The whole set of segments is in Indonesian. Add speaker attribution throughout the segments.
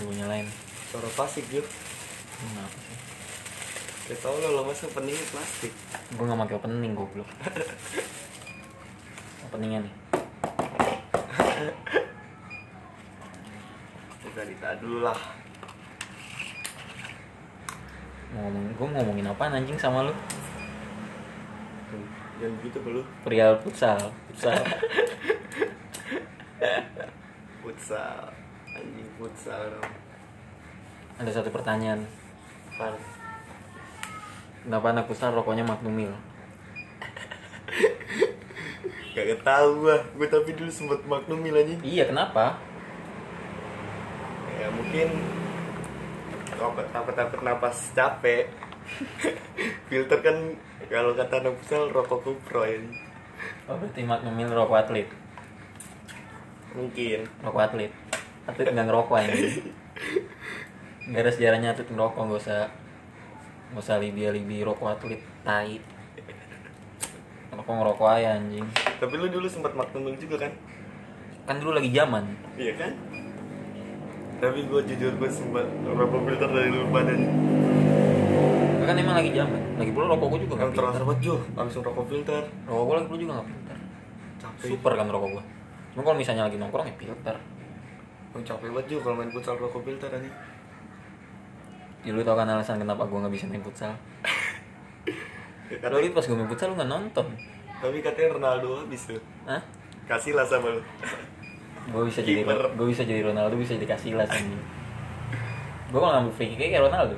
Speaker 1: Gue nyalain.
Speaker 2: Suara plastik juga
Speaker 1: Kenapa sih?
Speaker 2: Gak tau lo, lo masa peningnya plastik
Speaker 1: Gue gak pake opening goblok. Openingnya nih.
Speaker 2: Kita ditahan dulu lah
Speaker 1: Mau ngomongin, gue ngomongin apaan anjing sama lu?
Speaker 2: Jangan gitu, begitu perlu
Speaker 1: Perihal futsal. Futsal.
Speaker 2: Futsal Anjing futsal dong
Speaker 1: Ada satu pertanyaan.
Speaker 2: Pan
Speaker 1: Kenapa anak futsal rokoknya Magnumil?
Speaker 2: Gak tau gua Gua tapi dulu sempet maklumin anjing
Speaker 1: Iya, kenapa?
Speaker 2: Ya mungkin Takut takut takut napas capek Filter kan kalau kata anak futsal rokok kupro ya
Speaker 1: Oh, berarti Magnumil rokok atlet.
Speaker 2: Mungkin
Speaker 1: Rokok atlet. Atlet nggak ngerokok anjing. Gak ada sejarahnya atlet ngerokok, gak usah Gak usah libi-libi rokok atlet, tai Rokok ngerokok aja anjing
Speaker 2: Tapi lu dulu sempat maklumin juga kan
Speaker 1: Kan dulu lagi zaman
Speaker 2: Iya kan? Tapi gue jujur gue sempat rokok filter dari lu badan
Speaker 1: Kan emang lagi zaman Lagi pula rokok gue juga gak
Speaker 2: Yang
Speaker 1: pinter
Speaker 2: terasa banget Jo, langsung rokok filter
Speaker 1: Rokok gue lagi pula juga gak pinter
Speaker 2: Capek
Speaker 1: Super kan rokok gue Cuma kalau misalnya lagi nongkrong ya pinter
Speaker 2: Oh, capek banget Jo kalau main futsal rokok filter anjing
Speaker 1: Ya lu tau kan alasan kenapa gue gak bisa main futsal
Speaker 2: Ya,
Speaker 1: Lo
Speaker 2: kata-
Speaker 1: liat pas gue main futsal lu gak nonton
Speaker 2: Tapi katanya Ronaldo habis tuh
Speaker 1: Hah?
Speaker 2: Kasih lah sama lu
Speaker 1: gue bisa jadi
Speaker 2: Kiper.
Speaker 1: gue bisa jadi Ronaldo bisa jadi Casillas ini gue kalau ngambil free kick kayak Ronaldo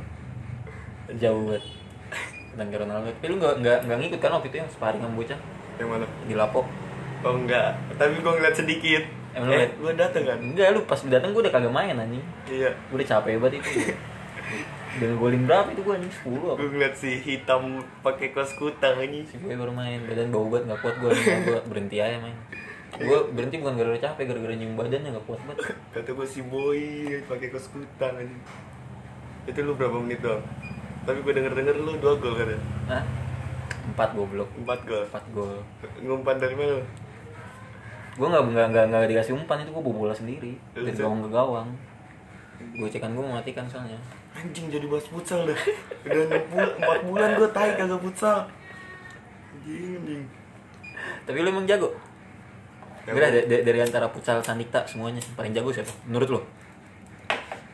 Speaker 1: jauh banget dan kayak Ronaldo tapi lu nggak nggak nggak ngikut kan waktu itu yang sparring sama bocah
Speaker 2: Yang mana?
Speaker 1: di lapok
Speaker 2: Oh enggak, tapi gue ngeliat sedikit
Speaker 1: Emang lu
Speaker 2: Eh,
Speaker 1: liat?
Speaker 2: gue dateng kan?
Speaker 1: enggak lu pas datang gue udah kagak main anjing
Speaker 2: Iya
Speaker 1: gue udah capek banget itu udah ngegolin berapa itu gue anjing 10 apa
Speaker 2: Gue ngeliat si hitam pakai kaos kutang anjing
Speaker 1: si gue baru main badan bau banget nggak kuat gue gue berhenti aja main gue berhenti bukan gara-gara capek gara-gara nyium badannya nggak kuat banget
Speaker 2: Kata gue si boy pakai kaos kutang anjing Itu lu berapa menit doang? Tapi gue denger-denger lu 2 gol kan?
Speaker 1: nah empat goblok
Speaker 2: 4 gol
Speaker 1: empat gol
Speaker 2: Ngumpan dari mana lu?
Speaker 1: gue nggak nggak nggak nggak dikasih umpan itu gue bobola sendiri
Speaker 2: Lu
Speaker 1: dari
Speaker 2: tuh-
Speaker 1: gawang ke gawang gue cekan gue mematikan soalnya
Speaker 2: Anjing jadi bahas futsal dah Udah 6 bul- 4 bulan gue tai kagak futsal Anjing anjing
Speaker 1: tapi lu emang jago
Speaker 2: Ya,
Speaker 1: Bila
Speaker 2: gua-
Speaker 1: da- da- dari antara futsal sanikta semuanya paling jago siapa menurut lu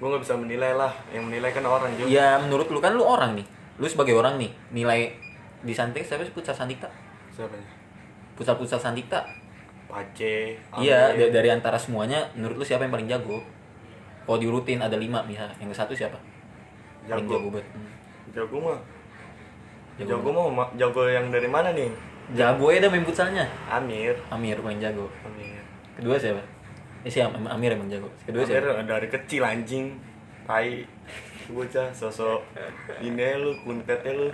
Speaker 2: Gue gak bisa menilai lah Yang menilai kan orang juga
Speaker 1: ya menurut lu kan lu orang nih lu sebagai orang nih nilai di santik siapa sih futsal sanikta
Speaker 2: Siapa ya?
Speaker 1: futsal futsal sanikta
Speaker 2: Pace
Speaker 1: iya
Speaker 2: Amir.
Speaker 1: da- dari antara semuanya menurut lu siapa yang paling jago kalau diurutin ada lima misal yang ke satu siapa paling
Speaker 2: Jago.
Speaker 1: jago banget Hmm.
Speaker 2: Jago mah
Speaker 1: jago,
Speaker 2: Jago, mah ma- Jago yang dari mana nih?
Speaker 1: jago ya dah main futsalnya
Speaker 2: Amir
Speaker 1: Amir paling jago
Speaker 2: Amir
Speaker 1: Kedua siapa? Eh, si Am- Amir emang jago. Kedua
Speaker 2: Amir
Speaker 1: siapa?
Speaker 2: dari kecil anjing Tai Bocah sosok Ini lu kuntetnya lu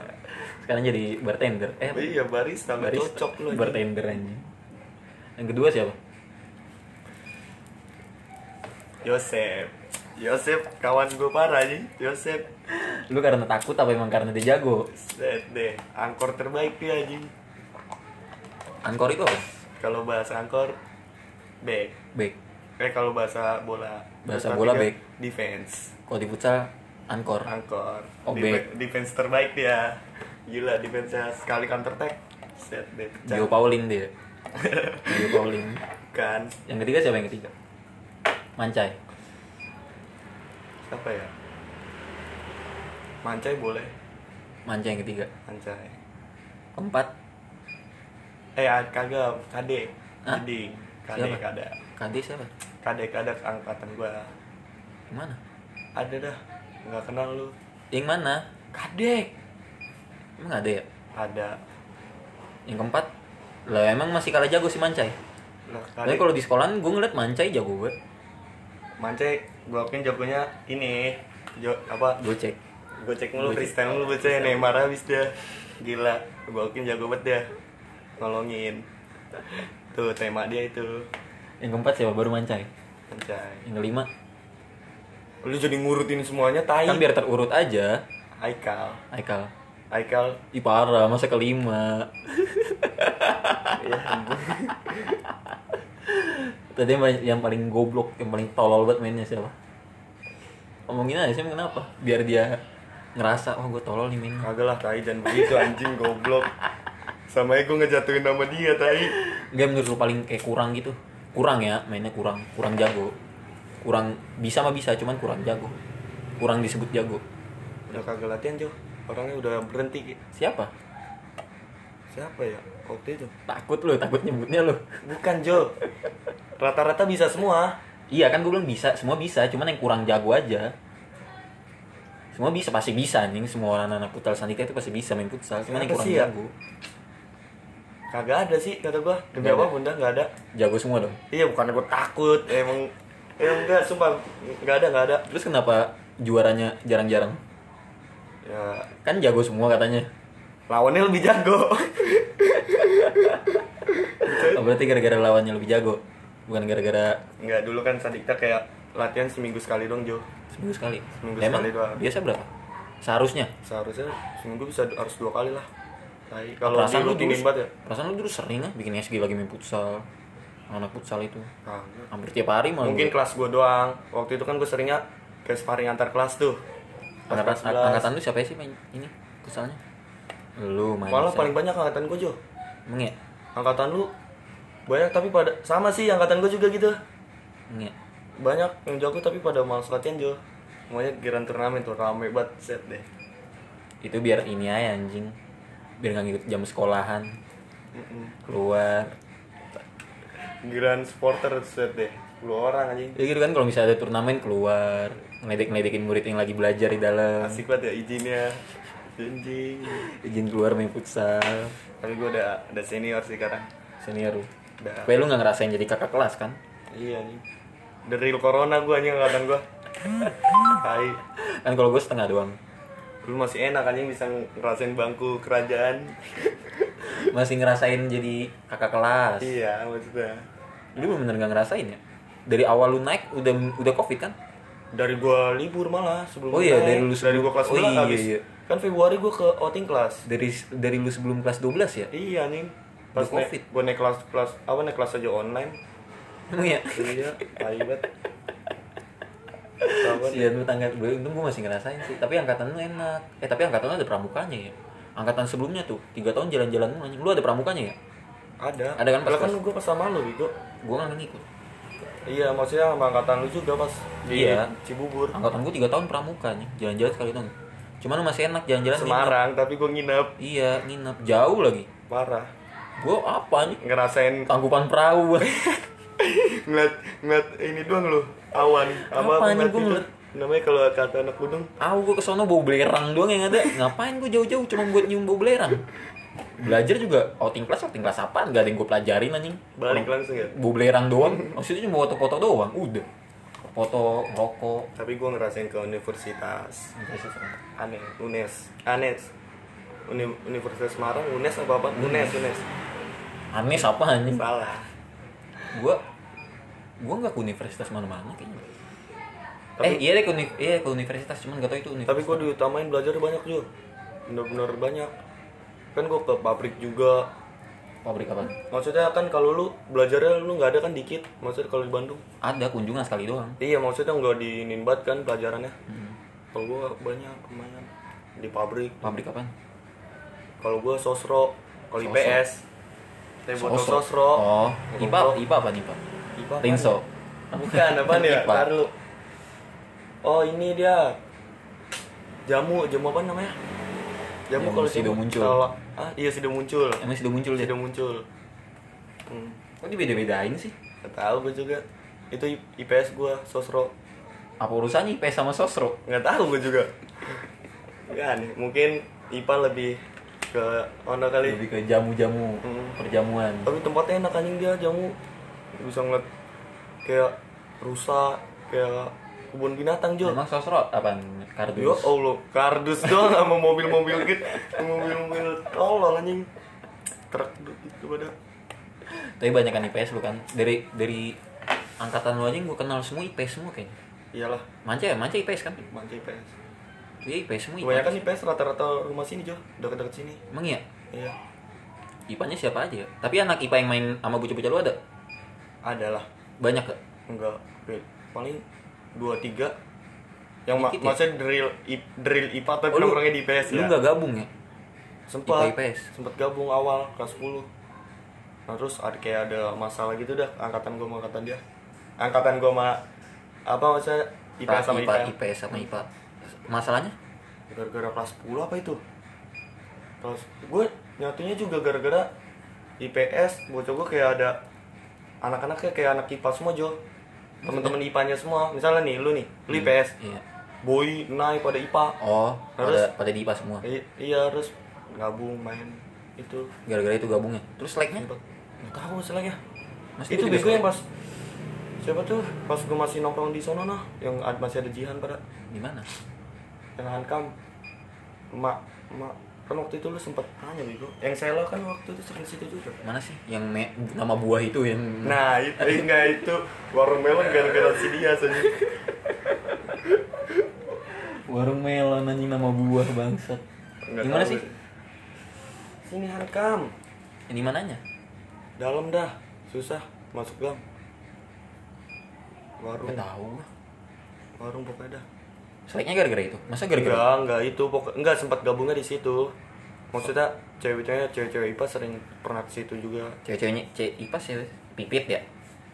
Speaker 1: Sekarang jadi bartender. Eh, apa?
Speaker 2: Iya barista nggak
Speaker 1: barista.
Speaker 2: cocok lu anjing.
Speaker 1: Bartender anjing. Yang kedua siapa?
Speaker 2: Yosep Yosep kawan gue parah nih Yosep
Speaker 1: Lu karena takut apa emang karena dia jago?
Speaker 2: Set deh, angkor terbaik dia anjing.
Speaker 1: Angkor itu apa?
Speaker 2: Kalau bahasa angkor, back.
Speaker 1: Back.
Speaker 2: Eh kalau bahasa bola.
Speaker 1: Bahasa
Speaker 2: Tapi
Speaker 1: bola,
Speaker 2: kan
Speaker 1: back.
Speaker 2: Defense,
Speaker 1: Kalau di futsal angkor.
Speaker 2: angkor.
Speaker 1: Oh,
Speaker 2: Defe- Defense terbaik dia. Gila defense-nya sekali counter attack. Set deh. pecah.
Speaker 1: Gio Pauling dia. Gio Pauling.
Speaker 2: Kan
Speaker 1: Yang ketiga siapa yang ketiga? Mancai.
Speaker 2: apa ya? Mancai boleh,
Speaker 1: Mancai yang ketiga.
Speaker 2: mancai.
Speaker 1: Keempat.
Speaker 2: Eh ad- kagak, kade.
Speaker 1: Hah?
Speaker 2: Jadi, kade
Speaker 1: Siapa?
Speaker 2: kada.
Speaker 1: KD siapa?
Speaker 2: Kade kada angkatan gua.
Speaker 1: Yang mana?
Speaker 2: Ada dah, nggak kenal lu.
Speaker 1: Yang mana?
Speaker 2: Kadek.
Speaker 1: Emang ada ya?
Speaker 2: Ada.
Speaker 1: Yang keempat? Lah emang masih kalah jago si Mancai.
Speaker 2: Lah,
Speaker 1: Tapi
Speaker 2: kadek.
Speaker 1: kalau di sekolahan gue ngeliat Mancai jago banget.
Speaker 2: Mance bloknya jagonya ini jo, apa
Speaker 1: Gue cek.
Speaker 2: gocek mulu freestyle mulu bocah Neymar habis dah gila blokin jago banget dah nolongin tuh tema dia itu
Speaker 1: Yang keempat siapa? Baru Mancai.
Speaker 2: Mancai
Speaker 1: Yang kelima.
Speaker 2: lu jadi ngurutin semuanya tai
Speaker 1: Kan biar terurut aja.
Speaker 2: Aikal
Speaker 1: Aikal.
Speaker 2: Aikal
Speaker 1: Ih parah, masa kelima?
Speaker 2: ya ampun.
Speaker 1: Tadi yang paling- yang paling goblok, yang paling tolol banget mainnya siapa? omongin aja sih emang kenapa biar dia ngerasa oh gue tolol nih main
Speaker 2: Kagak lah tai jangan begitu anjing goblok. Sama gue ngejatuhin nama dia tai.
Speaker 1: Gak menurut lu paling kayak kurang gitu kurang ya mainnya kurang kurang jago kurang bisa mah bisa cuman kurang jago kurang disebut jago
Speaker 2: Udah kagak latihan, Jo. Orangnya udah berhenti. Ki.
Speaker 1: siapa
Speaker 2: Siapa ya? Waktu itu.
Speaker 1: takut lu takut nyebutnya lu
Speaker 2: Bukan, Jo. Rata-rata bisa semua.
Speaker 1: iya kan gue bilang bisa semua bisa cuman yang kurang jago aja semua bisa pasti bisa anjing semua orang anak futsal sandika itu pasti bisa main futsal cuman yang
Speaker 2: Kenapa
Speaker 1: kurang
Speaker 2: sih ya?
Speaker 1: jago
Speaker 2: Kagak ada sih kata gua. Demi
Speaker 1: Nggak
Speaker 2: apa
Speaker 1: ada.
Speaker 2: Bunda nggak ada.
Speaker 1: jago semua dong
Speaker 2: Iya, bukan gua takut. Emang emang enggak sumpah nggak ada, nggak ada.
Speaker 1: terus kenapa juaranya jarang-jarang
Speaker 2: Ya,
Speaker 1: kan jago semua katanya
Speaker 2: lawannya lebih jago.
Speaker 1: Oh, berarti gara-gara lawannya lebih jago bukan gara-gara
Speaker 2: Enggak, dulu kan Sadikta kayak latihan seminggu sekali dong, Jo.
Speaker 1: seminggu sekali
Speaker 2: Seminggu
Speaker 1: Lah, emang
Speaker 2: sekali doang.
Speaker 1: biasa berapa seharusnya
Speaker 2: Seharusnya seminggu bisa du- harus dua kali lah. Tai kalau
Speaker 1: perasaan lu dulu
Speaker 2: dirutinin banget ya.
Speaker 1: perasaan lu dulu sering lah bikin SG lagi main futsal anak futsal itu
Speaker 2: Kagak.
Speaker 1: hampir tiap hari malah
Speaker 2: Mungkin
Speaker 1: gua.
Speaker 2: kelas gue doang. Waktu itu kan gue seringnya kayak sparring antar kelas tuh. Pas
Speaker 1: angkatan,
Speaker 2: kelas
Speaker 1: ang-
Speaker 2: 11.
Speaker 1: angkatan lu siapa sih main ini futsalnya lu main
Speaker 2: Malah
Speaker 1: futsal.
Speaker 2: paling banyak angkatan gue Jo.
Speaker 1: Emang ya?
Speaker 2: Angkatan lu banyak tapi pada sama sih angkatan gue juga gitu.
Speaker 1: Emang ya?
Speaker 2: Banyak yang jago tapi pada malas latihan Jo. Semuanya giran turnamen tuh rame banget set deh.
Speaker 1: itu biar ini aja anjing biar nggak ngikut jam sekolahan
Speaker 2: Mm-mm.
Speaker 1: keluar
Speaker 2: Giran supporter set deh. 10 orang anjing.
Speaker 1: ya gitu kan kalau misalnya ada turnamen keluar ngeledek ngeledekin murid yang lagi belajar di dalam
Speaker 2: Asik banget ya izinnya. Anjing.
Speaker 1: izin keluar main futsal
Speaker 2: Tapi gue udah udah senior sih sekarang.
Speaker 1: senior lu
Speaker 2: Udah.
Speaker 1: Tapi lu nggak ngerasain jadi kakak kelas kan
Speaker 2: Iya nih. The real corona gue anjing angkatan gue. Tai.
Speaker 1: kan kalau gue setengah doang
Speaker 2: Lu masih enak anjing bisa ngerasain bangku kerajaan.
Speaker 1: masih ngerasain jadi kakak kelas
Speaker 2: iya, maksudnya.
Speaker 1: lu bener nggak ngerasain ya dari awal lu naik udah udah covid kan
Speaker 2: Dari gua libur malah sebelum
Speaker 1: Oh iya,
Speaker 2: naik.
Speaker 1: dari lu
Speaker 2: dari
Speaker 1: sebelum-
Speaker 2: gua kelas
Speaker 1: oh
Speaker 2: 12
Speaker 1: iya,
Speaker 2: habis.
Speaker 1: iya.
Speaker 2: Kan Februari gua ke outing kelas.
Speaker 1: dari dari lu sebelum kelas 12 ya
Speaker 2: Iya anjing.
Speaker 1: Udah
Speaker 2: Pas naik,
Speaker 1: Covid.
Speaker 2: gua naik kelas kelas apa naik kelas aja online.
Speaker 1: Emang ya
Speaker 2: iya, tai banget.
Speaker 1: Sian lu tanggal gue untung gue masih ngerasain sih tapi angkatan lu enak eh tapi angkatan lu ada pramukanya ya angkatan sebelumnya tuh tiga tahun jalan-jalan mulu anjing. lu ada pramukanya ya
Speaker 2: Ada.
Speaker 1: Ada kan pas
Speaker 2: Lah kan
Speaker 1: kelas-
Speaker 2: gua pas sama lu Bigo.
Speaker 1: gue nggak kan ngikut
Speaker 2: Iya, maksudnya sama angkatan lu juga pas di
Speaker 1: Iya.
Speaker 2: Cibubur.
Speaker 1: angkatan gue tiga tahun pramukanya jalan-jalan sekali tahun cuman masih enak jalan-jalan nginep.
Speaker 2: Semarang, tapi gua nginep
Speaker 1: iya nginep jauh lagi
Speaker 2: parah.
Speaker 1: gue apa nih
Speaker 2: Ngerasain
Speaker 1: tangkupan perahu
Speaker 2: ngeliat ngeliat ini doang lu awan apa
Speaker 1: Apaan
Speaker 2: ngeliat
Speaker 1: nih, gua
Speaker 2: itu.
Speaker 1: ngeliat?
Speaker 2: namanya kalau kata anak gunung
Speaker 1: Ah, gue kesana bau belerang doang yang ada. Ngapain gue jauh-jauh cuma buat nyium bau belerang? Belajar juga outing kelas, outing kelas apaan? Gak ada yang gue pelajarin anjing.
Speaker 2: balik langsung ya
Speaker 1: Bau belerang doang. Maksudnya cuma foto-foto doang. Udah. Foto, rokok.
Speaker 2: tapi gua ngerasain ke universitas aneh unes anes Uni- universitas Semarang unes apa apa unes unes
Speaker 1: Aneh apa anjing?
Speaker 2: salah
Speaker 1: Gue gue nggak ke universitas mana-mana kayaknya. eh
Speaker 2: Tapi-
Speaker 1: iya deh ke, uni- iya, ke universitas cuman gak tau itu universitas.
Speaker 2: tapi gua diutamain belajar banyak juga bener-bener banyak kan gua ke pabrik juga
Speaker 1: pabrik apa?
Speaker 2: maksudnya kan kalau lu belajarnya lu nggak ada kan dikit maksudnya kalau di Bandung
Speaker 1: Ada kunjungan sekali doang.
Speaker 2: Iya maksudnya nggak diinin banget kan pelajarannya.
Speaker 1: Hmm.
Speaker 2: Kalau gua banyak lumayan di pabrik.
Speaker 1: Pabrik apa?
Speaker 2: Kalau gua sosro, kalau
Speaker 1: Sosro.
Speaker 2: IPS. Saya butuh sosro.
Speaker 1: Oh,
Speaker 2: Sosro.
Speaker 1: IPA, IPA apa nih, Pak?
Speaker 2: IPA apaan
Speaker 1: Rinso.
Speaker 2: ya? Bukan apa nih?
Speaker 1: IPA.
Speaker 2: Ntar lu. Oh ini dia. Jamu, jamu apa namanya?
Speaker 1: Jamu
Speaker 2: Jamu, kalau
Speaker 1: sido
Speaker 2: jamu-
Speaker 1: muncul.
Speaker 2: kalau- ah, iya sudah muncul.
Speaker 1: Emang sudah muncul ya?
Speaker 2: Sudah muncul. Hmm.
Speaker 1: Kok dibeda-bedain sih?
Speaker 2: nggak Tahu gua juga. Itu I- IPS gua sosro.
Speaker 1: Apa urusannya IPS sama sosro?
Speaker 2: nggak tahu gue juga ya nih mungkin IPA lebih ke ono kali
Speaker 1: Lebih ke jamu-jamu,
Speaker 2: Hmm.
Speaker 1: perjamuan.
Speaker 2: tapi tempatnya enak anjing dia jamu bisa ngeliat kayak rusa kayak kebun binatang jo
Speaker 1: Emang sosro apa
Speaker 2: yo
Speaker 1: kardus?
Speaker 2: ya allah kardus doang sama mobil-mobil gitu mobil-mobil tolol anjing truk gitu pada
Speaker 1: Tapi banyak kan IPS lu kan. Dari dari angkatan lu aja yang gue kenal semua IPS semua kayaknya.
Speaker 2: iyalah
Speaker 1: Manca ya, Manca IPS kan?
Speaker 2: manca IPS
Speaker 1: Iya IPS semua. IPA.
Speaker 2: kebanyakan IPS rata-rata rumah sini jo deket-deket sini
Speaker 1: Emang iya?
Speaker 2: iya
Speaker 1: IPA-nya siapa aja ya? Tapi anak IPA yang main sama bocah-bocah lu ada?
Speaker 2: adalah
Speaker 1: Banyak gak?
Speaker 2: enggak paling dua tiga Yang ma-
Speaker 1: Dikit ya?
Speaker 2: maksudnya drill I- drill IPA tapi
Speaker 1: Oh, lu-
Speaker 2: nongkrongnya di IPS
Speaker 1: Lu
Speaker 2: ya.
Speaker 1: nggak gabung ya?
Speaker 2: Sempat
Speaker 1: IPA IPS?
Speaker 2: sempat gabung awal kelas 10. Nah, terus ada kayak ada masalah gitu dah angkatan gua sama angkatan dia. Angkatan gua sama apa maksudnya IPA sama
Speaker 1: IPA,
Speaker 2: IPA.
Speaker 1: IPS sama IPA. Masalahnya?
Speaker 2: gara-gara kelas 10 apa itu terus gue nyatunya juga gara-gara IPS gue coba kayak ada anak-anaknya kayak anak IPA semua Jo temen-temen IPA-nya semua misalnya nih lu nih lu IPS
Speaker 1: Iya.
Speaker 2: boy naik pada IPA
Speaker 1: Oh,
Speaker 2: Terus?
Speaker 1: pada pada di IPA semua.
Speaker 2: I- iya terus gabung main itu
Speaker 1: Gara-gara itu gabungnya. Terus like-nya?
Speaker 2: Iya, nggak tahu masalahnya
Speaker 1: Mas
Speaker 2: itu
Speaker 1: Didi juga
Speaker 2: bego yang
Speaker 1: suka.
Speaker 2: pas siapa tuh pas gue masih nongkrong di sono nah yang ad- masih ada Jihan pada
Speaker 1: Di mana?
Speaker 2: yang hankam mak mak kan waktu itu lu sempet nanya bego yang selo kan waktu itu sering situ juga
Speaker 1: Mana sih yang me- nama buah itu yang
Speaker 2: nah itu enggak itu warung melon gara-gara si dia saja
Speaker 1: warung melon anjing nama buah bangsat. Di mana sih?
Speaker 2: sini hankam
Speaker 1: Yang di mananya?
Speaker 2: dalam dah susah masuk gang warung
Speaker 1: Enggak tahu gua.
Speaker 2: warung pokoknya dah
Speaker 1: Seleknya gara-gara itu. Masa gara-gara?
Speaker 2: enggak enggak itu pokok enggak sempat gabungnya di situ maksudnya cewek-cewek cewek-cewek ipa sering pernah ke situ juga
Speaker 1: Cewek-ceweknya C IPA sih pipit ya.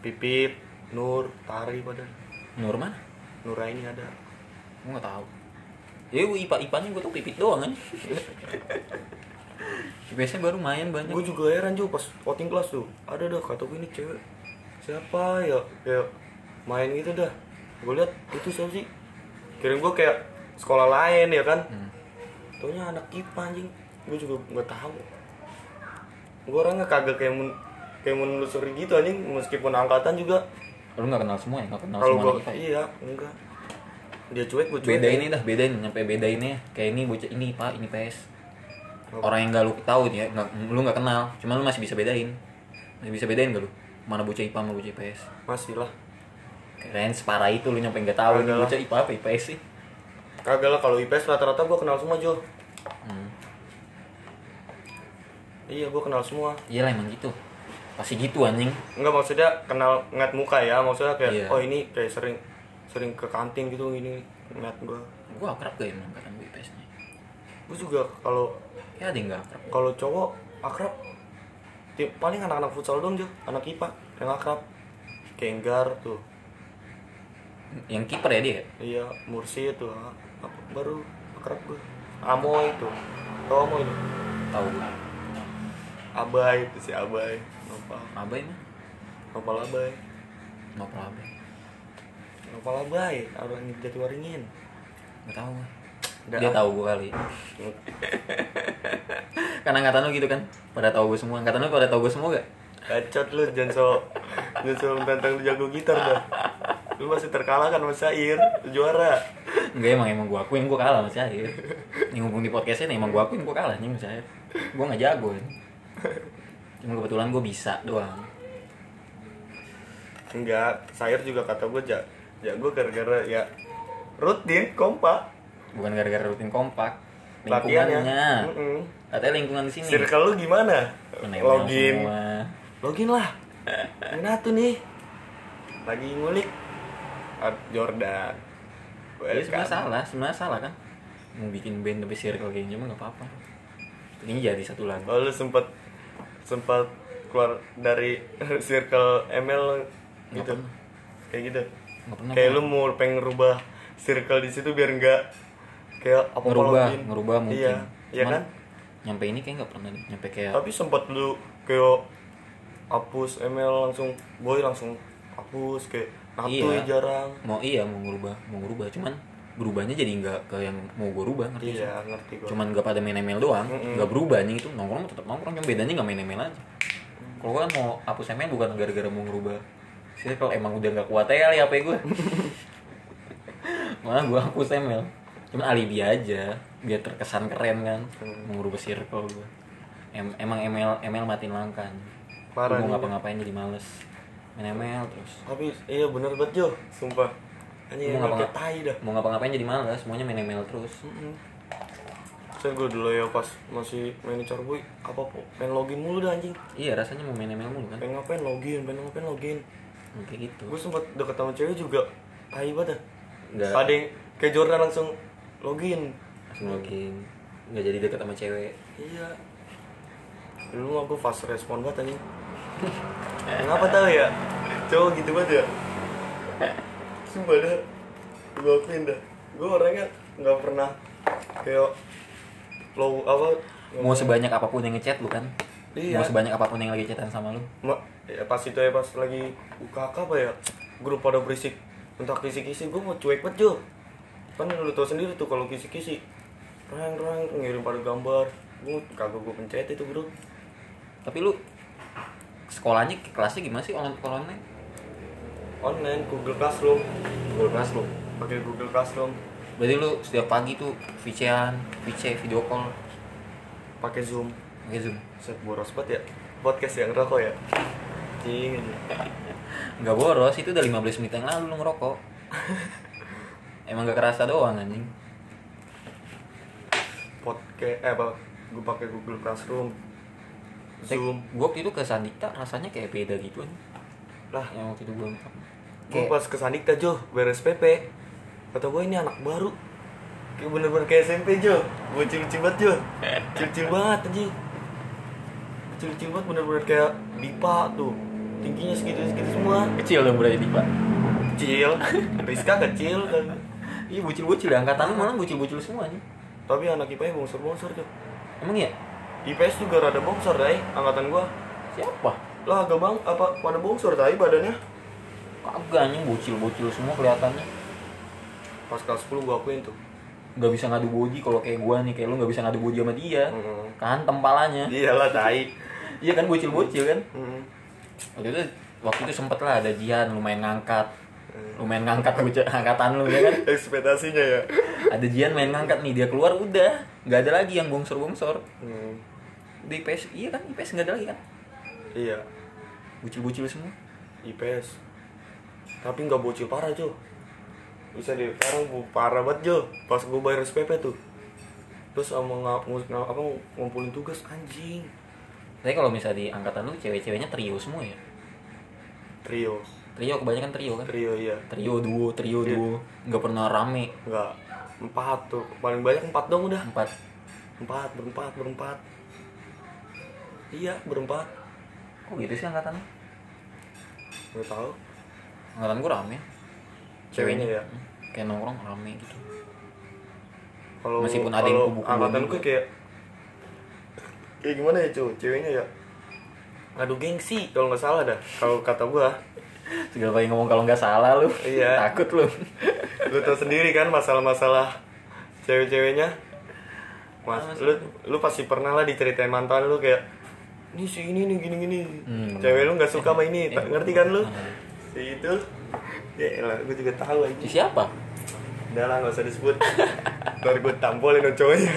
Speaker 2: pipit nur tari pada
Speaker 1: Nur mana?
Speaker 2: nuraini ada
Speaker 1: Gua enggak tahu. Ya gua IPA IPA-nya gua tuh pipit doang kan. Biasanya baru main banyak.
Speaker 2: gue juga heran juga pas voting kelas tuh ada dah kata gue ini cewek siapa ya kayak main gitu dah gue lihat itu siapa sih kirain gue kayak sekolah lain ya kan taunya anak ipa anjing gue juga nggak tahu gue orangnya kagak kayak mun kayak menelusuri gitu anjing meskipun angkatan juga
Speaker 1: Lu nggak kenal semua ya? Nggak kenal
Speaker 2: kalau
Speaker 1: semua
Speaker 2: gue
Speaker 1: anak IPA ya?
Speaker 2: iya enggak dia cuek gue cuek
Speaker 1: beda ini dah bedain nyampe bedainnya kayak ini bocah ini pak ini PS
Speaker 2: Oh.
Speaker 1: orang yang gak lu tahu ya nggak lu nggak kenal cuman lu masih bisa bedain masih bisa bedain gak lu mana bocah IPA mana bocah IPS
Speaker 2: masih lah
Speaker 1: keren separah itu lu nyampe nggak tahu ini
Speaker 2: Kagak lah.
Speaker 1: bocah IPA apa IPS sih
Speaker 2: kagak lah kalau ips rata-rata gue kenal semua jo
Speaker 1: hmm.
Speaker 2: iya gue kenal semua
Speaker 1: iyalah emang gitu pasti gitu anjing
Speaker 2: Enggak maksudnya kenal ngeliat muka ya, maksudnya kayak
Speaker 1: Iya.
Speaker 2: oh ini kayak sering sering ke kantin gitu gini ngeliat gua.
Speaker 1: gua akrab gak emang kan gua IPS nya
Speaker 2: Gua juga kalau
Speaker 1: ya ada yang gak akrab
Speaker 2: kalau cowok akrab ti- paling anak-anak futsal dong Jo, anak IPA yang akrab. Kenggar tuh.
Speaker 1: yang kiper ya dia ya?
Speaker 2: Iya, Mursi itu ah. Apa- baru akrab gua. Amoy tuh. Tau Amoy tuh.
Speaker 1: tahu gua
Speaker 2: Abai itu si Abai. Nopal.
Speaker 1: abai mah
Speaker 2: Nopal Abai.
Speaker 1: nggak pernah abai
Speaker 2: Nopal Abai orang Jatiwaringin.
Speaker 1: nggak tahu gua
Speaker 2: Nggak
Speaker 1: dia
Speaker 2: ah.
Speaker 1: tahu gua kali karena angkatan lu gitu kan pada tahu gua semua angkatan lu pada tahu gua semua gak
Speaker 2: Bacot lu jangan so jangan so tentang lu jago gitar dah. Lu masih terkalahkan sama Sair, lu juara.
Speaker 1: Enggak emang emang gua akuin gua kalah sama Syahir. Yang ngomong di podcastnya emang gua akuin gua kalah nih sama Syahir. Gua nggak jago. ya. Cuma kebetulan gua bisa doang.
Speaker 2: Enggak, Sair juga kata gue ja, jago gara-gara ya rutin kompak
Speaker 1: Bukan gara-gara rutin kompak.
Speaker 2: latihannya.
Speaker 1: Lingkungannya.
Speaker 2: Mm-mm.
Speaker 1: Katanya lingkungan di sini.
Speaker 2: Circle lu gimana?
Speaker 1: Menewang
Speaker 2: Login.
Speaker 1: Hmm. semua.
Speaker 2: Login lah. Minatu nih. Lagi ngulik Ad- Jordan.
Speaker 1: Ya, sebenarnya
Speaker 2: Welcome.
Speaker 1: salah, sebenarnya salah kan. Mau bikin band tapi circle kayaknya mah nggak apa-apa. Ini jadi satu lagu.
Speaker 2: Oh, lu sempet sempet keluar dari circle ML lu gitu.
Speaker 1: pernah.
Speaker 2: Kayak gitu.
Speaker 1: Nggak pernah.
Speaker 2: Kayak
Speaker 1: gua.
Speaker 2: lu mau pengen ngerubah circle di situ biar enggak kayak apa
Speaker 1: ngerubah, ngerubah mungkin.
Speaker 2: Iya, iya
Speaker 1: Cuman ya.
Speaker 2: kan?
Speaker 1: Nyampe ini kayak nggak pernah deh. nyampe kayak
Speaker 2: Tapi sempet lu kayak hapus ML langsung boy langsung hapus kayak natu
Speaker 1: Iya.
Speaker 2: ya jarang.
Speaker 1: mau iya mau ngubah mau ngubah cuman berubahnya jadi nggak ke yang mau gue rubah ngerti nggak sih?
Speaker 2: Iya, ngerti gua.
Speaker 1: cuman nggak pada main ML doang
Speaker 2: Mm-mm.
Speaker 1: nggak berubah berubahnya itu nongkrong tetap nongkrong cuma bedanya nggak main ML aja kalau gua kan mau hapus ML bukan gara-gara mau ngubah sih kalau emang udah nggak kuat ya kali HP gue malah gue hapus ML cuman alibi aja biar terkesan keren kan
Speaker 2: Mm.
Speaker 1: mau ngubah circle gue em emang ML ML matiin langkah Gua
Speaker 2: Parah nih.
Speaker 1: mau ngapa-ngapain jadi males main ML terus
Speaker 2: Tapi iya bener banget Jo, sumpah. Anjing
Speaker 1: Lu
Speaker 2: ML
Speaker 1: ngapa-
Speaker 2: kayak tai dah.
Speaker 1: mau ngapa-ngapain jadi malas semuanya main ML terus
Speaker 2: Saya gue dulu ya pas masih manajer boy apa po pengen login mulu dah anjing.
Speaker 1: iya rasanya mau main ML mulu kan
Speaker 2: pengen ngapain login pengen ngapain login
Speaker 1: kayak gitu
Speaker 2: gue sempat deket sama cewek juga tai banget dah.
Speaker 1: Nggak.
Speaker 2: ada yang kayak Jordan langsung login
Speaker 1: langsung login nggak jadi deket sama cewek
Speaker 2: iya dulu aku fast respon banget anjing kenapa tahu ya cowok gitu banget ya sumpah dah gue akuin dah gue orangnya nggak pernah kayak low apa
Speaker 1: mau sebanyak apapun yang ngechat lu kan mau
Speaker 2: Iya.
Speaker 1: sebanyak apapun yang lagi chatan sama lu
Speaker 2: Ma- ya pas itu ya pas lagi UKK apa ya grup pada berisik untuk kisi-kisi gue mau cuek banget Jo kan lu tau sendiri tuh kalau kisi-kisi rang rang ngirim pada gambar gue kagak gue pencet itu grup
Speaker 1: tapi lu sekolahnya kelasnya gimana sih online online
Speaker 2: online Google Classroom
Speaker 1: Google Classroom
Speaker 2: pakai Google Classroom
Speaker 1: berarti lu setiap pagi tuh VC-an VC video call
Speaker 2: pakai Zoom
Speaker 1: pakai zoom
Speaker 2: set boros banget ya podcast yang rokok ya cing
Speaker 1: nggak boros itu udah 15 menit yang lalu lu ngerokok emang gak kerasa doang anjing
Speaker 2: podcast eh apa gue pakai Google Classroom Zoom
Speaker 1: gue waktu itu ke Sandika rasanya kayak beda gitu anjing.
Speaker 2: lah
Speaker 1: yang waktu itu gue
Speaker 2: gue pas ke Sandika Jo beres PP kata gue ini anak baru kayak bener-bener kayak SMP Jo gue cil-cil banget Jo cil-cil banget aja cil-cil banget bener-bener kayak Dipa tuh tingginya segitu-segitu semua
Speaker 1: kecil dong berarti Pak
Speaker 2: kecil Rizka kecil kan
Speaker 1: iya bocil-bocil ya, angkatan lu malah bocil-bocil semua anjing
Speaker 2: tapi anak IPA bongsor-bongsor tuh
Speaker 1: emang ya
Speaker 2: IPS juga rada bongsor dai angkatan gua
Speaker 1: siapa
Speaker 2: lah agak bang apa pada bongsor dai badannya
Speaker 1: kagak anjing bocil-bocil semua kelihatannya
Speaker 2: pas kelas 10 gua akuin tuh
Speaker 1: nggak bisa ngadu boji kalau kayak gua nih kayak lu nggak bisa ngadu boji sama dia
Speaker 2: Mm-mm.
Speaker 1: kan tempalanya
Speaker 2: iyalah tai
Speaker 1: iya kan bocil-bocil kan
Speaker 2: Mm.
Speaker 1: waktu itu waktu itu sempet lah ada Jihan lumayan ngangkat lumayan ngangkat bocah angkatan lu ya kan
Speaker 2: ekspektasinya ya
Speaker 1: ada Jihan main ngangkat nih dia keluar udah nggak ada lagi yang bongsor bongsor
Speaker 2: Mm.
Speaker 1: di IPS iya kan IPS nggak ada lagi kan
Speaker 2: iya
Speaker 1: bucil bucil semua
Speaker 2: IPS tapi nggak bocil parah Jo bisa deh parah bu parah banget Jo pas gue bayar SPP tuh terus sama nga- ngus- nga- apa ngumpulin tugas anjing
Speaker 1: tapi kalau misalnya di angkatan lu cewek-ceweknya trio semua ya
Speaker 2: trio
Speaker 1: trio kebanyakan trio kan
Speaker 2: trio iya
Speaker 1: trio duo trio duo nggak pernah rame
Speaker 2: nggak empat tuh paling banyak empat dong udah
Speaker 1: empat
Speaker 2: empat berempat berempat iya berempat
Speaker 1: kok gitu sih angkatan lu?
Speaker 2: nggak tahu
Speaker 1: angkatan gua rame
Speaker 2: Ceweknya ya?
Speaker 1: kayak nongkrong rame gitu
Speaker 2: kalau
Speaker 1: Meskipun ada yang
Speaker 2: kalau
Speaker 1: kubu-kubu
Speaker 2: angkatan
Speaker 1: juga.
Speaker 2: gue kayak kayak gimana ya cuy ceweknya ya aduh gengsi kalau nggak salah dah kalau kata gua
Speaker 1: segala pengen ngomong kalau nggak salah lu
Speaker 2: Iya.
Speaker 1: takut lu
Speaker 2: lu tau sendiri kan masalah-masalah cewek-ceweknya mas lu lu pasti pernah lah diceritain mantan lu kayak ini si ini nih gini gini
Speaker 1: Hmm.
Speaker 2: cewek lu nggak suka sama
Speaker 1: Eh,
Speaker 2: ini tak ngerti kan lu
Speaker 1: eh.
Speaker 2: si itu ya elah gue juga tahu aja
Speaker 1: Si siapa
Speaker 2: udah lah nggak usah disebut ntar gue tampolin sama cowoknya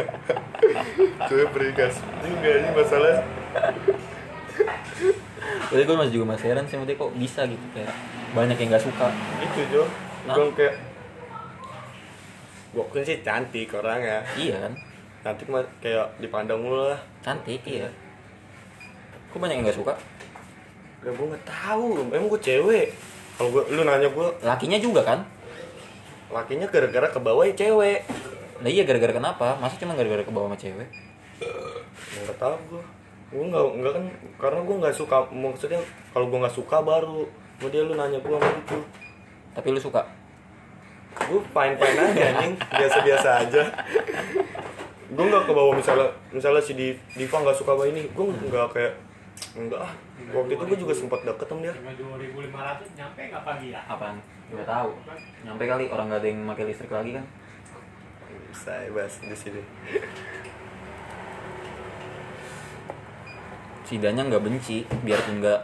Speaker 2: cowok berigas juga ini masalah
Speaker 1: Tapi gue masih juga masih heran sih, maksudnya kok bisa gitu kayak banyak yang nggak suka.
Speaker 2: itu jo
Speaker 1: Nah.
Speaker 2: gue kayak gue sih cantik orangnya
Speaker 1: Iya kan,
Speaker 2: cantik mah kayak dipandang mulu lah
Speaker 1: cantik iya. Kok banyak yang nggak suka?
Speaker 2: Ya gue gak tahu, emang gue cewek. Kalau gue, lu nanya gue,
Speaker 1: Lakinya juga kan?
Speaker 2: lakinya gara-gara ke bawah ya cewek.
Speaker 1: Lah iya gara-gara kenapa? Masa cuma gara-gara ke bawah sama cewek?
Speaker 2: Gak Ya, tahu gue. Gue nggak nggak kan, karena gue nggak suka. Maksudnya kalau gue nggak suka baru, kemudian lu nanya gue sama gitu.
Speaker 1: Tapi lu suka?
Speaker 2: Gue fine fine aja, nih, biasa-biasa aja. gue nggak ke bawah misalnya, misalnya si Di- Diva nggak suka sama ini, gue nggak kayak enggak ah. Waktu itu gue juga sempat deket sama dia.
Speaker 3: Cuma 2500 nyampe nggak pagi ya?
Speaker 1: Apaan? Gak tahu. Nyampe kali orang gak ada yang pakai listrik lagi kan?
Speaker 2: Saya bahas di sini.
Speaker 1: Sidanya nggak benci, biarpun nggak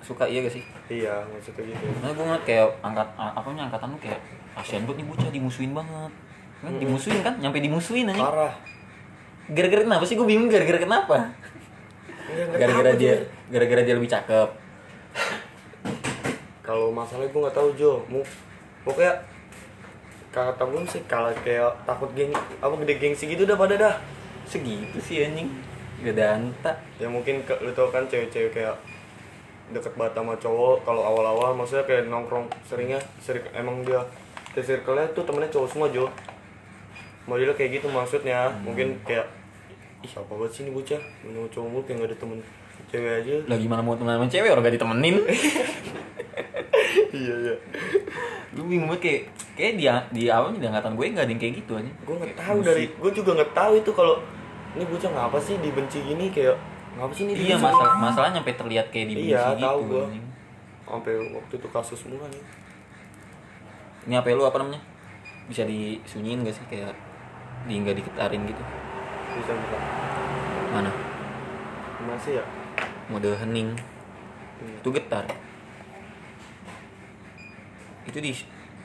Speaker 1: suka iya gak sih?
Speaker 2: Iya, maksudnya gitu.
Speaker 1: Nah gue ngeliat kayak angkat a- apa namanya angkatan lu kayak kasihan banget nih bocah dimusuhin banget. Kan dimusuhin kan? Nyampe dimusuhin aja.
Speaker 2: Hmm. Parah.
Speaker 1: Gara-gara kenapa sih gue bingung gara-gara kenapa?
Speaker 2: Iya, nggak
Speaker 1: gara-gara
Speaker 2: tahu
Speaker 1: dia
Speaker 2: juga.
Speaker 1: gara-gara dia lebih cakep
Speaker 2: kalau masalah gue nggak tahu Jo Mu, pokoknya kata gue sih kalau kayak takut geng apa gede gengsi gitu dah pada dah
Speaker 1: segitu sih anjing gak danta
Speaker 2: ya mungkin ke, lu tau kan cewek-cewek kayak deket banget sama cowok kalau awal-awal maksudnya kayak nongkrong seringnya sering emang dia di circle-nya tuh temennya cowok semua Jo modelnya kayak gitu maksudnya mungkin kayak ih apa banget sih ini bocah punya cowok mulu kayak gak ada temen cewek aja
Speaker 1: Lah gimana mau temenan sama cewek orang gak ditemenin?
Speaker 2: iya iya
Speaker 1: Lu bingung banget kayak kayak dia di awalnya di angkatan gue nggak ada yang kayak gitu aja.
Speaker 2: gue nggak tahu dari gue juga nggak tahu itu kalau ini bocah ngapa sih dibenci gini kayak ngapa sih ini
Speaker 1: Iya
Speaker 2: dibenci?
Speaker 1: masalah masalah nyampe terlihat kayak dibenci
Speaker 2: iya
Speaker 1: gitu.
Speaker 2: tahu gue
Speaker 1: anjing.
Speaker 2: sampai waktu itu kasus mulu nih
Speaker 1: Ini apa ya, lu apa namanya? Bisa disunyiin gak sih kayak di nggak diketarin gitu?
Speaker 2: bisa bisa
Speaker 1: Mana?
Speaker 2: masih ya
Speaker 1: Mode hening
Speaker 2: Iya.
Speaker 1: itu getar. Itu di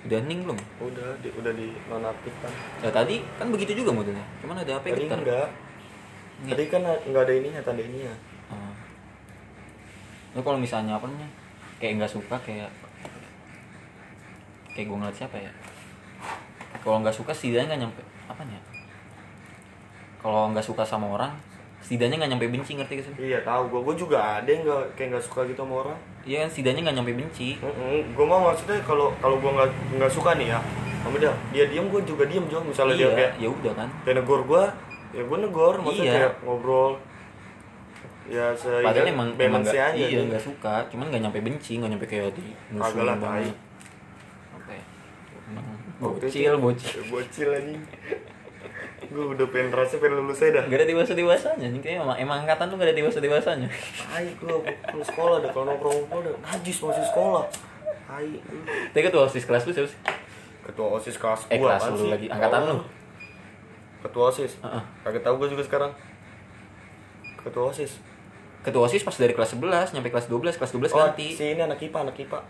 Speaker 1: udah hening belum?
Speaker 2: udah di, udah di nonaktifkan
Speaker 1: Ya tadi kan begitu juga modelnya. Cuman ada apa yang
Speaker 2: tadi
Speaker 1: getar?
Speaker 2: enggak
Speaker 1: Ini.
Speaker 2: tadi kan nggak ada ininya tanda ininya
Speaker 1: Oh. Lu kalau misalnya apa namanya? Kayak nggak suka kayak kayak gue ngeliat siapa ya? Kalau nggak suka setidaknya nggak nyampe apa ya? Kalau nggak suka sama orang, setidaknya nggak nyampe benci ngerti gak sih?
Speaker 2: iya tahu gue gue juga ada yang nggak kayak nggak suka gitu sama orang
Speaker 1: Iya kan setidaknya nggak nyampe benci.
Speaker 2: gue mau maksudnya kalau kalau gue nggak nggak suka nih ya sama dia dia diem gue juga diem Jo misalnya dia kayak
Speaker 1: Iya, ya udah kan.
Speaker 2: ya negor gua ya gua negor maksudnya
Speaker 1: Iya.
Speaker 2: kayak ngobrol ya se
Speaker 1: Padahal emang emang
Speaker 2: balance
Speaker 1: nggak
Speaker 2: aja
Speaker 1: iya
Speaker 2: nih.
Speaker 1: nggak suka, cuman nggak nyampe benci, nggak nyampe kayak di
Speaker 2: Kagak lah, tai.
Speaker 1: Oke.
Speaker 2: Waktu itu-
Speaker 1: Bocil, bocil.
Speaker 2: Eh, bocil anjing gua udah pengen rasanya pengen lulus aja dah
Speaker 1: Gak ada dewasa dewasanya, kayaknya emang, emang angkatan tuh gak ada dewasa dewasanya.
Speaker 2: tai gua pulang sekolah dah kalau nongkrong gua dah najis masih sekolah tai lu.
Speaker 1: Tapi ketua osis kelas lu siapa sih?
Speaker 2: ketua osis kelas
Speaker 1: Eh
Speaker 2: gua
Speaker 1: kelas
Speaker 2: apaan
Speaker 1: lu
Speaker 2: sih? Oh.
Speaker 1: lagi angkatan
Speaker 2: Tahu.
Speaker 1: lu.
Speaker 2: ketua osis
Speaker 1: Heeh.
Speaker 2: kagak tahu gua juga sekarang ketua osis
Speaker 1: Ketua osis pas dari kelas 11 nyampe kelas 12, kelas 12
Speaker 2: oh
Speaker 1: ganti.
Speaker 2: si ini anak ipa anak ipa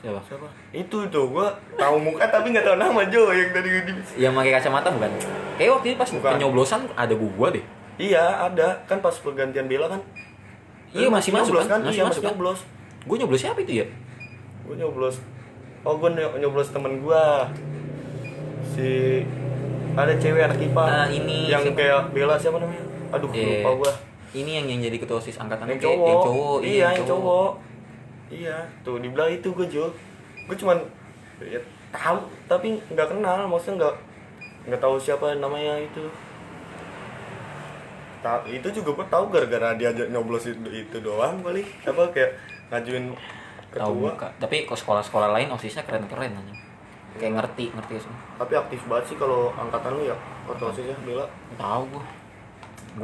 Speaker 1: Siapa?
Speaker 2: siapa itu tuh gua tahu muka tapi nggak tahu nama Jo yang dari di
Speaker 1: Yang pakai kacamata bukan? Kayak waktu itu pas
Speaker 2: Bukan.
Speaker 1: penyoblosan ada gua deh.
Speaker 2: Iya, ada. Kan pas pergantian Bella kan.
Speaker 1: Iya
Speaker 2: Lu
Speaker 1: masih masuk
Speaker 2: nyoblos
Speaker 1: kan? Masih
Speaker 2: Masih iya,
Speaker 1: masuk
Speaker 2: masih
Speaker 1: kan?
Speaker 2: nyoblos.
Speaker 1: Gua nyoblos siapa itu ya?
Speaker 2: Gue nyoblos. Oh, gue nyoblos temen gue. Si ada cewek anak IPA.
Speaker 1: Nah, ini
Speaker 2: yang
Speaker 1: siapa?
Speaker 2: kayak Bella siapa namanya? Aduh,
Speaker 1: Eh,
Speaker 2: lupa gue.
Speaker 1: Ini yang yang jadi ketua osis angkatan lu,
Speaker 2: Yang
Speaker 1: kayak-
Speaker 2: cowok.
Speaker 1: yang cowok.
Speaker 2: Iya, yang, cowok. Iya, tuh dibilang itu gue Jo. Gue cuman ya, tahu tapi nggak kenal, maksudnya nggak nggak tahu siapa namanya itu. Ta itu juga gue tahu gara-gara dia aja nyoblos itu, itu doang kali. Apa kayak ngajuin
Speaker 1: Tahu
Speaker 2: ketua.
Speaker 1: muka. Tapi kok sekolah-sekolah lain osisnya keren-keren aja. Kayak ngerti, ngerti ya, semua.
Speaker 2: Tapi aktif banget sih kalau angkatan lu ya, otosisnya Bella.
Speaker 1: Tahu gua. Gua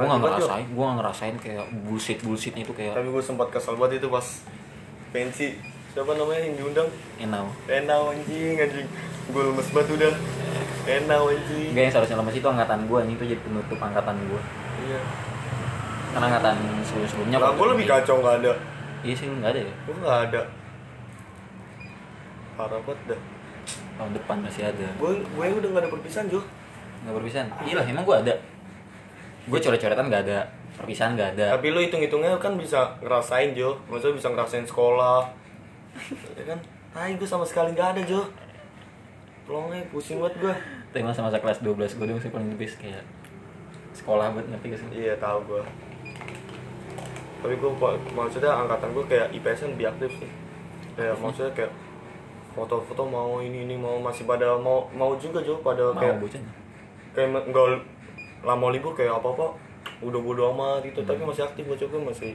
Speaker 2: Berarti
Speaker 1: nggak
Speaker 2: berarti-
Speaker 1: ngerasain, gua nggak ngerasain kayak bullshit bullshitnya itu kayak
Speaker 2: Tapi gue sempat kesel banget itu pas pensi siapa namanya yang diundang
Speaker 1: enak.
Speaker 2: Enau anjing anjing Gue lemes banget udah Enau anjing
Speaker 1: Enggak yang seharusnya lemes itu angkatan gua, ini tuh jadi penutup angkatan gua.
Speaker 2: Iya
Speaker 1: Karena angkatan sebelum-sebelumnya
Speaker 2: Lah
Speaker 1: kalau
Speaker 2: gue lebih
Speaker 1: dari-
Speaker 2: kacau gak ada
Speaker 1: Iya sih nggak ada ya.
Speaker 2: Gue gak ada Parah banget dah
Speaker 1: Tahun depan masih ada.
Speaker 2: Gue gue udah gak ada perpisahan Jo
Speaker 1: Nggak perpisahan. Iya lah emang gue ada. Gue coret-coretan nggak ada. Perpisahan nggak ada.
Speaker 2: Tapi lu hitung-hitungnya kan bisa ngerasain Jo Maksudnya bisa ngerasain sekolah Ya kan Tai gue sama sekali gak ada Jo Tolongnya pusing banget gue
Speaker 1: Tapi masa-masa kelas 12 gue dong sih paling the best kayak sekolah buat ngerti gak sih?
Speaker 2: Iya tahu gue tapi gue maksudnya angkatan gue kayak IPS kan lebih aktif sih kayak maksudnya kayak foto-foto mau ini ini mau masih pada mau mau juga Jo pada
Speaker 1: Mau
Speaker 2: kayak
Speaker 1: bocahnya.
Speaker 2: kayak me- nggak lama libur kayak apa apa udah bodo amat gitu tapi masih aktif gue coba masih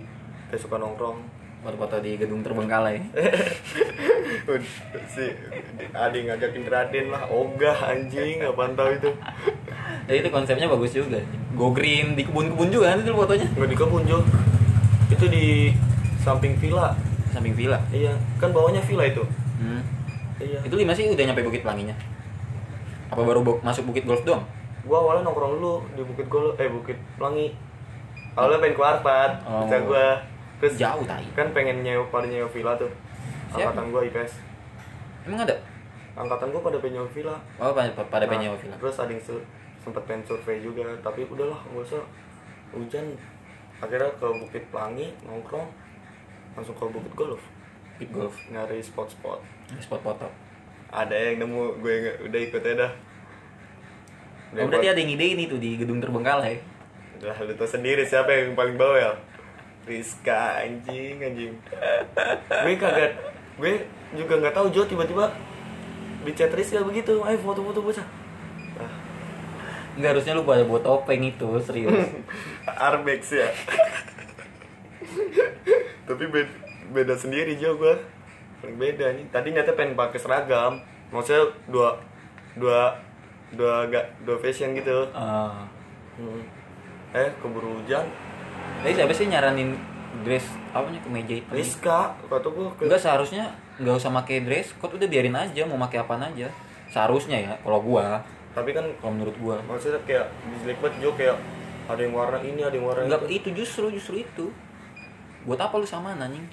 Speaker 2: kayak suka nongkrong
Speaker 1: Foto-foto di gedung terbengkalai.
Speaker 2: Eh. si ada yang ngajakin Raden lah ogah anjing nggak pantau itu
Speaker 1: Jadi itu konsepnya bagus juga. Go green di kebun-kebun juga kan itu fotonya.
Speaker 2: nggak di kebun Jo itu di samping villa
Speaker 1: Samping villa.
Speaker 2: iya kan bawahnya villa itu
Speaker 1: Hmm.
Speaker 2: iya
Speaker 1: Itu lima sih udah nyampe Bukit Pelanginya. Apa baru bu- masuk Bukit Golf doang?
Speaker 2: gua awalnya nongkrong dulu di bukit gol eh bukit pelangi awalnya pengen ke Arpat
Speaker 1: Oh.
Speaker 2: bisa gua terus
Speaker 1: Jauh tai.
Speaker 2: kan pengen nyewa pada nyewa villa tuh
Speaker 1: Siapa?
Speaker 2: angkatan gua IPS
Speaker 1: Emang ada?
Speaker 2: angkatan gua pada pengen nyewa villa Nah,
Speaker 1: Oh pada, pada pengen nyewa villa.
Speaker 2: terus ada yang se- sempet pengen survei juga tapi udahlah gak usah hujan akhirnya ke bukit pelangi nongkrong langsung ke bukit golf
Speaker 1: Bukit Golf.
Speaker 2: nyari spot-spot
Speaker 1: Spot foto.
Speaker 2: ada yang nemu gue nggak- udah ikut aja dah
Speaker 1: Oh, berarti ada yang ide ini tuh di gedung terbengkalai.
Speaker 2: Lah lu tau sendiri siapa yang paling bawel Rizka anjing anjing Gue kagak Gue juga nggak tahu Jo tiba-tiba di chat Rizka begitu ayo foto-foto bocah ah,
Speaker 1: Enggak harusnya lu pada buat topeng itu, serius.
Speaker 2: Arbex ya tapi beda, beda sendiri Jo gue paling beda nih tadi nyata pengen pakai seragam maksudnya dua dua dua gak dua fashion gitu
Speaker 1: Ah.
Speaker 2: Hmm. eh keburu hujan
Speaker 1: Tadi siapa sih nyaranin dress apanya kemeja itu?
Speaker 2: Rizka kata gue ke
Speaker 1: Enggak seharusnya nggak usah pakai dress code udah biarin aja mau pakai apaan aja. Seharusnya ya kalau gua,
Speaker 2: tapi kan
Speaker 1: kalau menurut gua.
Speaker 2: maksudnya kayak di jelek banget Jo kayak ada yang warna ini ada yang warna
Speaker 1: Enggak
Speaker 2: itu
Speaker 1: itu justru justru itu. Buat apa lu sama anjing?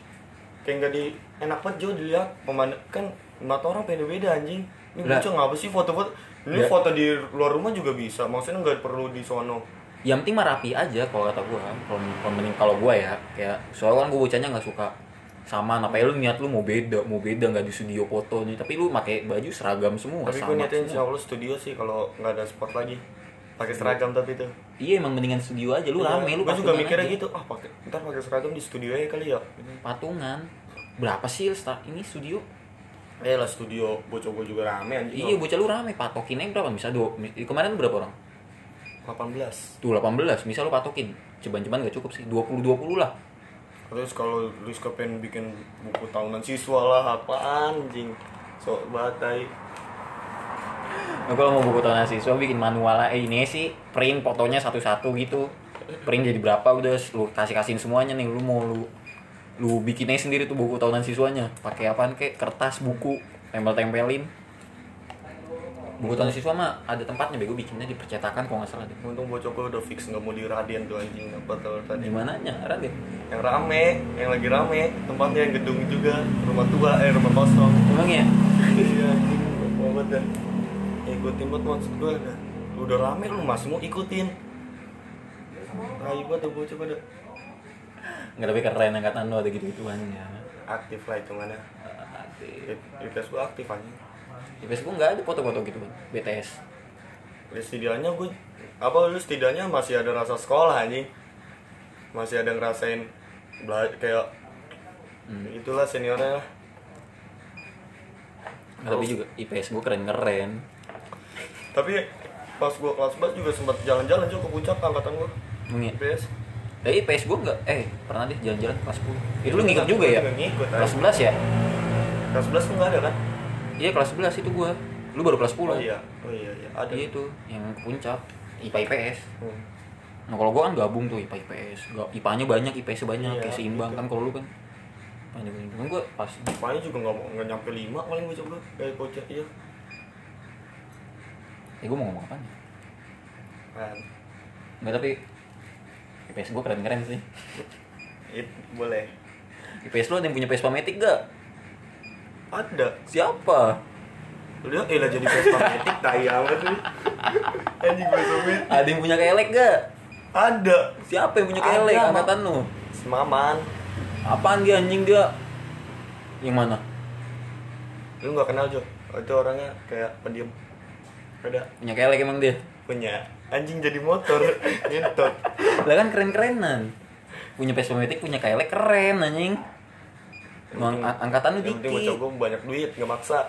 Speaker 2: kayak nggak di enak banget Jo dilihat pemandangan kan mata orang beda-beda anjing ini
Speaker 1: Lah.
Speaker 2: bocah ngapa sih foto-foto ini
Speaker 1: Ya.
Speaker 2: foto di luar rumah juga bisa maksudnya nggak perlu di sono
Speaker 1: Yang penting mah rapi aja kalau kata gua. Kalau kalau mending kalau gua ya, kayak soalnya kan gua bocahnya nggak suka sama apa ya lu niat lu mau beda mau beda nggak di studio foto nih tapi lu pakai baju seragam semua
Speaker 2: tapi gue
Speaker 1: Oh, sama
Speaker 2: niatnya insya
Speaker 1: semua.
Speaker 2: Allah studio sih kalau nggak ada sport lagi pakai seragam tapi itu
Speaker 1: iya emang mendingan studio aja lu rame lu
Speaker 2: gue Iya, juga
Speaker 1: patungan
Speaker 2: mikirnya
Speaker 1: aja. Hmm.
Speaker 2: gitu ah pakai ntar pakai seragam di studio aja kali ya
Speaker 1: patungan berapa sih start ini studio
Speaker 2: eh lah studio bocah gue juga rame anjing
Speaker 1: Iya bocah lu rame patokinnya berapa misal do mi- kemarin berapa orang
Speaker 2: 18
Speaker 1: tuh 18 misal lu patokin ceban-ceban gak cukup sih 20 20 lah
Speaker 2: terus kalau Rizka pengen bikin buku tahunan siswa lah apaan anjing sok batai
Speaker 1: nah, kalau mau buku tahunan siswa bikin manual lah. eh, ini sih print fotonya satu-satu gitu print jadi berapa udah lu kasih kasihin semuanya nih lu mau lu lu bikinnya sendiri tuh buku tahunan siswanya pakai apaan kek kertas buku tempel-tempelin buku tahunan siswa mah ada tempatnya bego bikinnya di percetakan kalau nggak salah deh
Speaker 2: untung bocah gue udah fix nggak mau di Raden tuh anjing apa tuh tadi
Speaker 1: gimana nya Raden
Speaker 2: yang rame yang lagi rame tempatnya yang gedung juga rumah tua eh rumah kosong
Speaker 1: emang ya
Speaker 2: Iya, anjing, gua banget dah. Ya, ikutin banget maksud gue udah rame lu masih mau ikutin Rai banget tuh bocah pada
Speaker 1: nggak tapi keren angkatan lu ada ya. gitu-gituannya
Speaker 2: aktif lah hitungannya Request gue aktif aja
Speaker 1: di Facebook nggak ada foto-foto gitu kan BTS
Speaker 2: Ya setidaknya gue apa lu setidaknya masih ada rasa sekolah anjing masih ada ngerasain bela- kayak
Speaker 1: Hmm.
Speaker 2: itulah seniornya lah
Speaker 1: Nggak, tapi juga IPS gue keren-keren
Speaker 2: tapi pas gue kelas 11 juga sempat jalan-jalan juga ke puncak angkatan gue
Speaker 1: Emang ya?
Speaker 2: IPS
Speaker 1: tapi IPS gue nggak eh pernah deh jalan-jalan kelas 10 itu lu ngikut juga ya
Speaker 2: Gua ngikut,
Speaker 1: kelas
Speaker 2: anjing.
Speaker 1: 11 ya
Speaker 2: kelas 11 tuh nggak ada kan
Speaker 1: iya kelas 11 itu gue lu baru kelas 10
Speaker 2: Oh iya, oh iya, iya. ada.
Speaker 1: ya? Iya itu yang ke puncak IPA IPS
Speaker 2: Hmm.
Speaker 1: nah kalau gue kan gabung tuh IPA IPS IPA nya banyak IPS banyak
Speaker 2: Iya,
Speaker 1: kayak seimbang
Speaker 2: gitu.
Speaker 1: kan kalau lu kan panjang gue pas
Speaker 2: Paling juga nggak mau nggak nyampe lima paling gue coba dari kocak iya.
Speaker 1: eh gue mau ngomong apa nih
Speaker 2: Kan,
Speaker 1: nggak tapi IPS gue keren-keren sih
Speaker 2: it boleh.
Speaker 1: IPS lu ada yang punya Vespa Matic gak?
Speaker 2: Ada.
Speaker 1: Siapa?
Speaker 2: Udah, eh lah jadi Vespa metik tai amat lu. Anjing gue sobet.
Speaker 1: Ada yang punya kelek gak?
Speaker 2: Ada.
Speaker 1: Siapa yang punya
Speaker 2: Ada,
Speaker 1: kelek
Speaker 2: Mak.
Speaker 1: angkatan lu?
Speaker 2: Semaman.
Speaker 1: Apaan dia anjing dia? Yang mana?
Speaker 2: Lu nggak kenal Jo? Itu orangnya kayak pendiam. Ada
Speaker 1: Punya kelek emang dia?
Speaker 2: punya anjing jadi motor nyentot
Speaker 1: Lah kan keren-kerenan Punya Vespa Matic, punya kelek keren anjing Emang ang- angkatan lu
Speaker 2: Yang penting bocah
Speaker 1: dikit
Speaker 2: gue banyak duit nggak maksa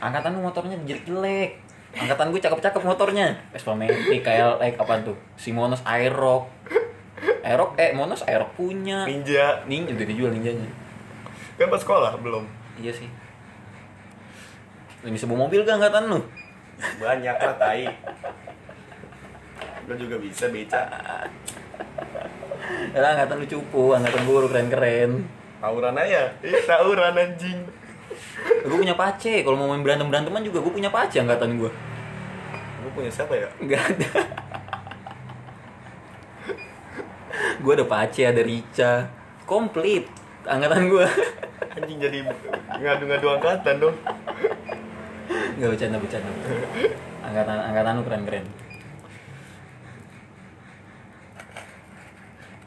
Speaker 1: Angkatan lu motornya jelek Angkatan gue cakep-cakep motornya Vespa Matic, kelek, apaan tuh? Simonos Aerox Aerox, eh Monos Aerox punya
Speaker 2: ninja
Speaker 1: Ninja, udah dijual ninjanya
Speaker 2: kan pas sekolah belum
Speaker 1: Iya sih. Lu bisa bawa mobil gak angkatan lu?
Speaker 2: banyak lah tai gue juga bisa beca
Speaker 1: Ya angkatan lu cupu, angkatan guru keren-keren.
Speaker 2: tawuran aja iya tawuran anjing
Speaker 1: Gue punya pace, kalau mau main berantem-beranteman juga gue punya pace angkatan gue.
Speaker 2: gue punya siapa ya
Speaker 1: Enggak ada. gue ada pace, ada rica. Komplit angkatan gue.
Speaker 2: anjing jadi ngadu-ngadu angkatan dong
Speaker 1: Enggak bercanda-bercanda. Angkatan angkatan lu keren-keren.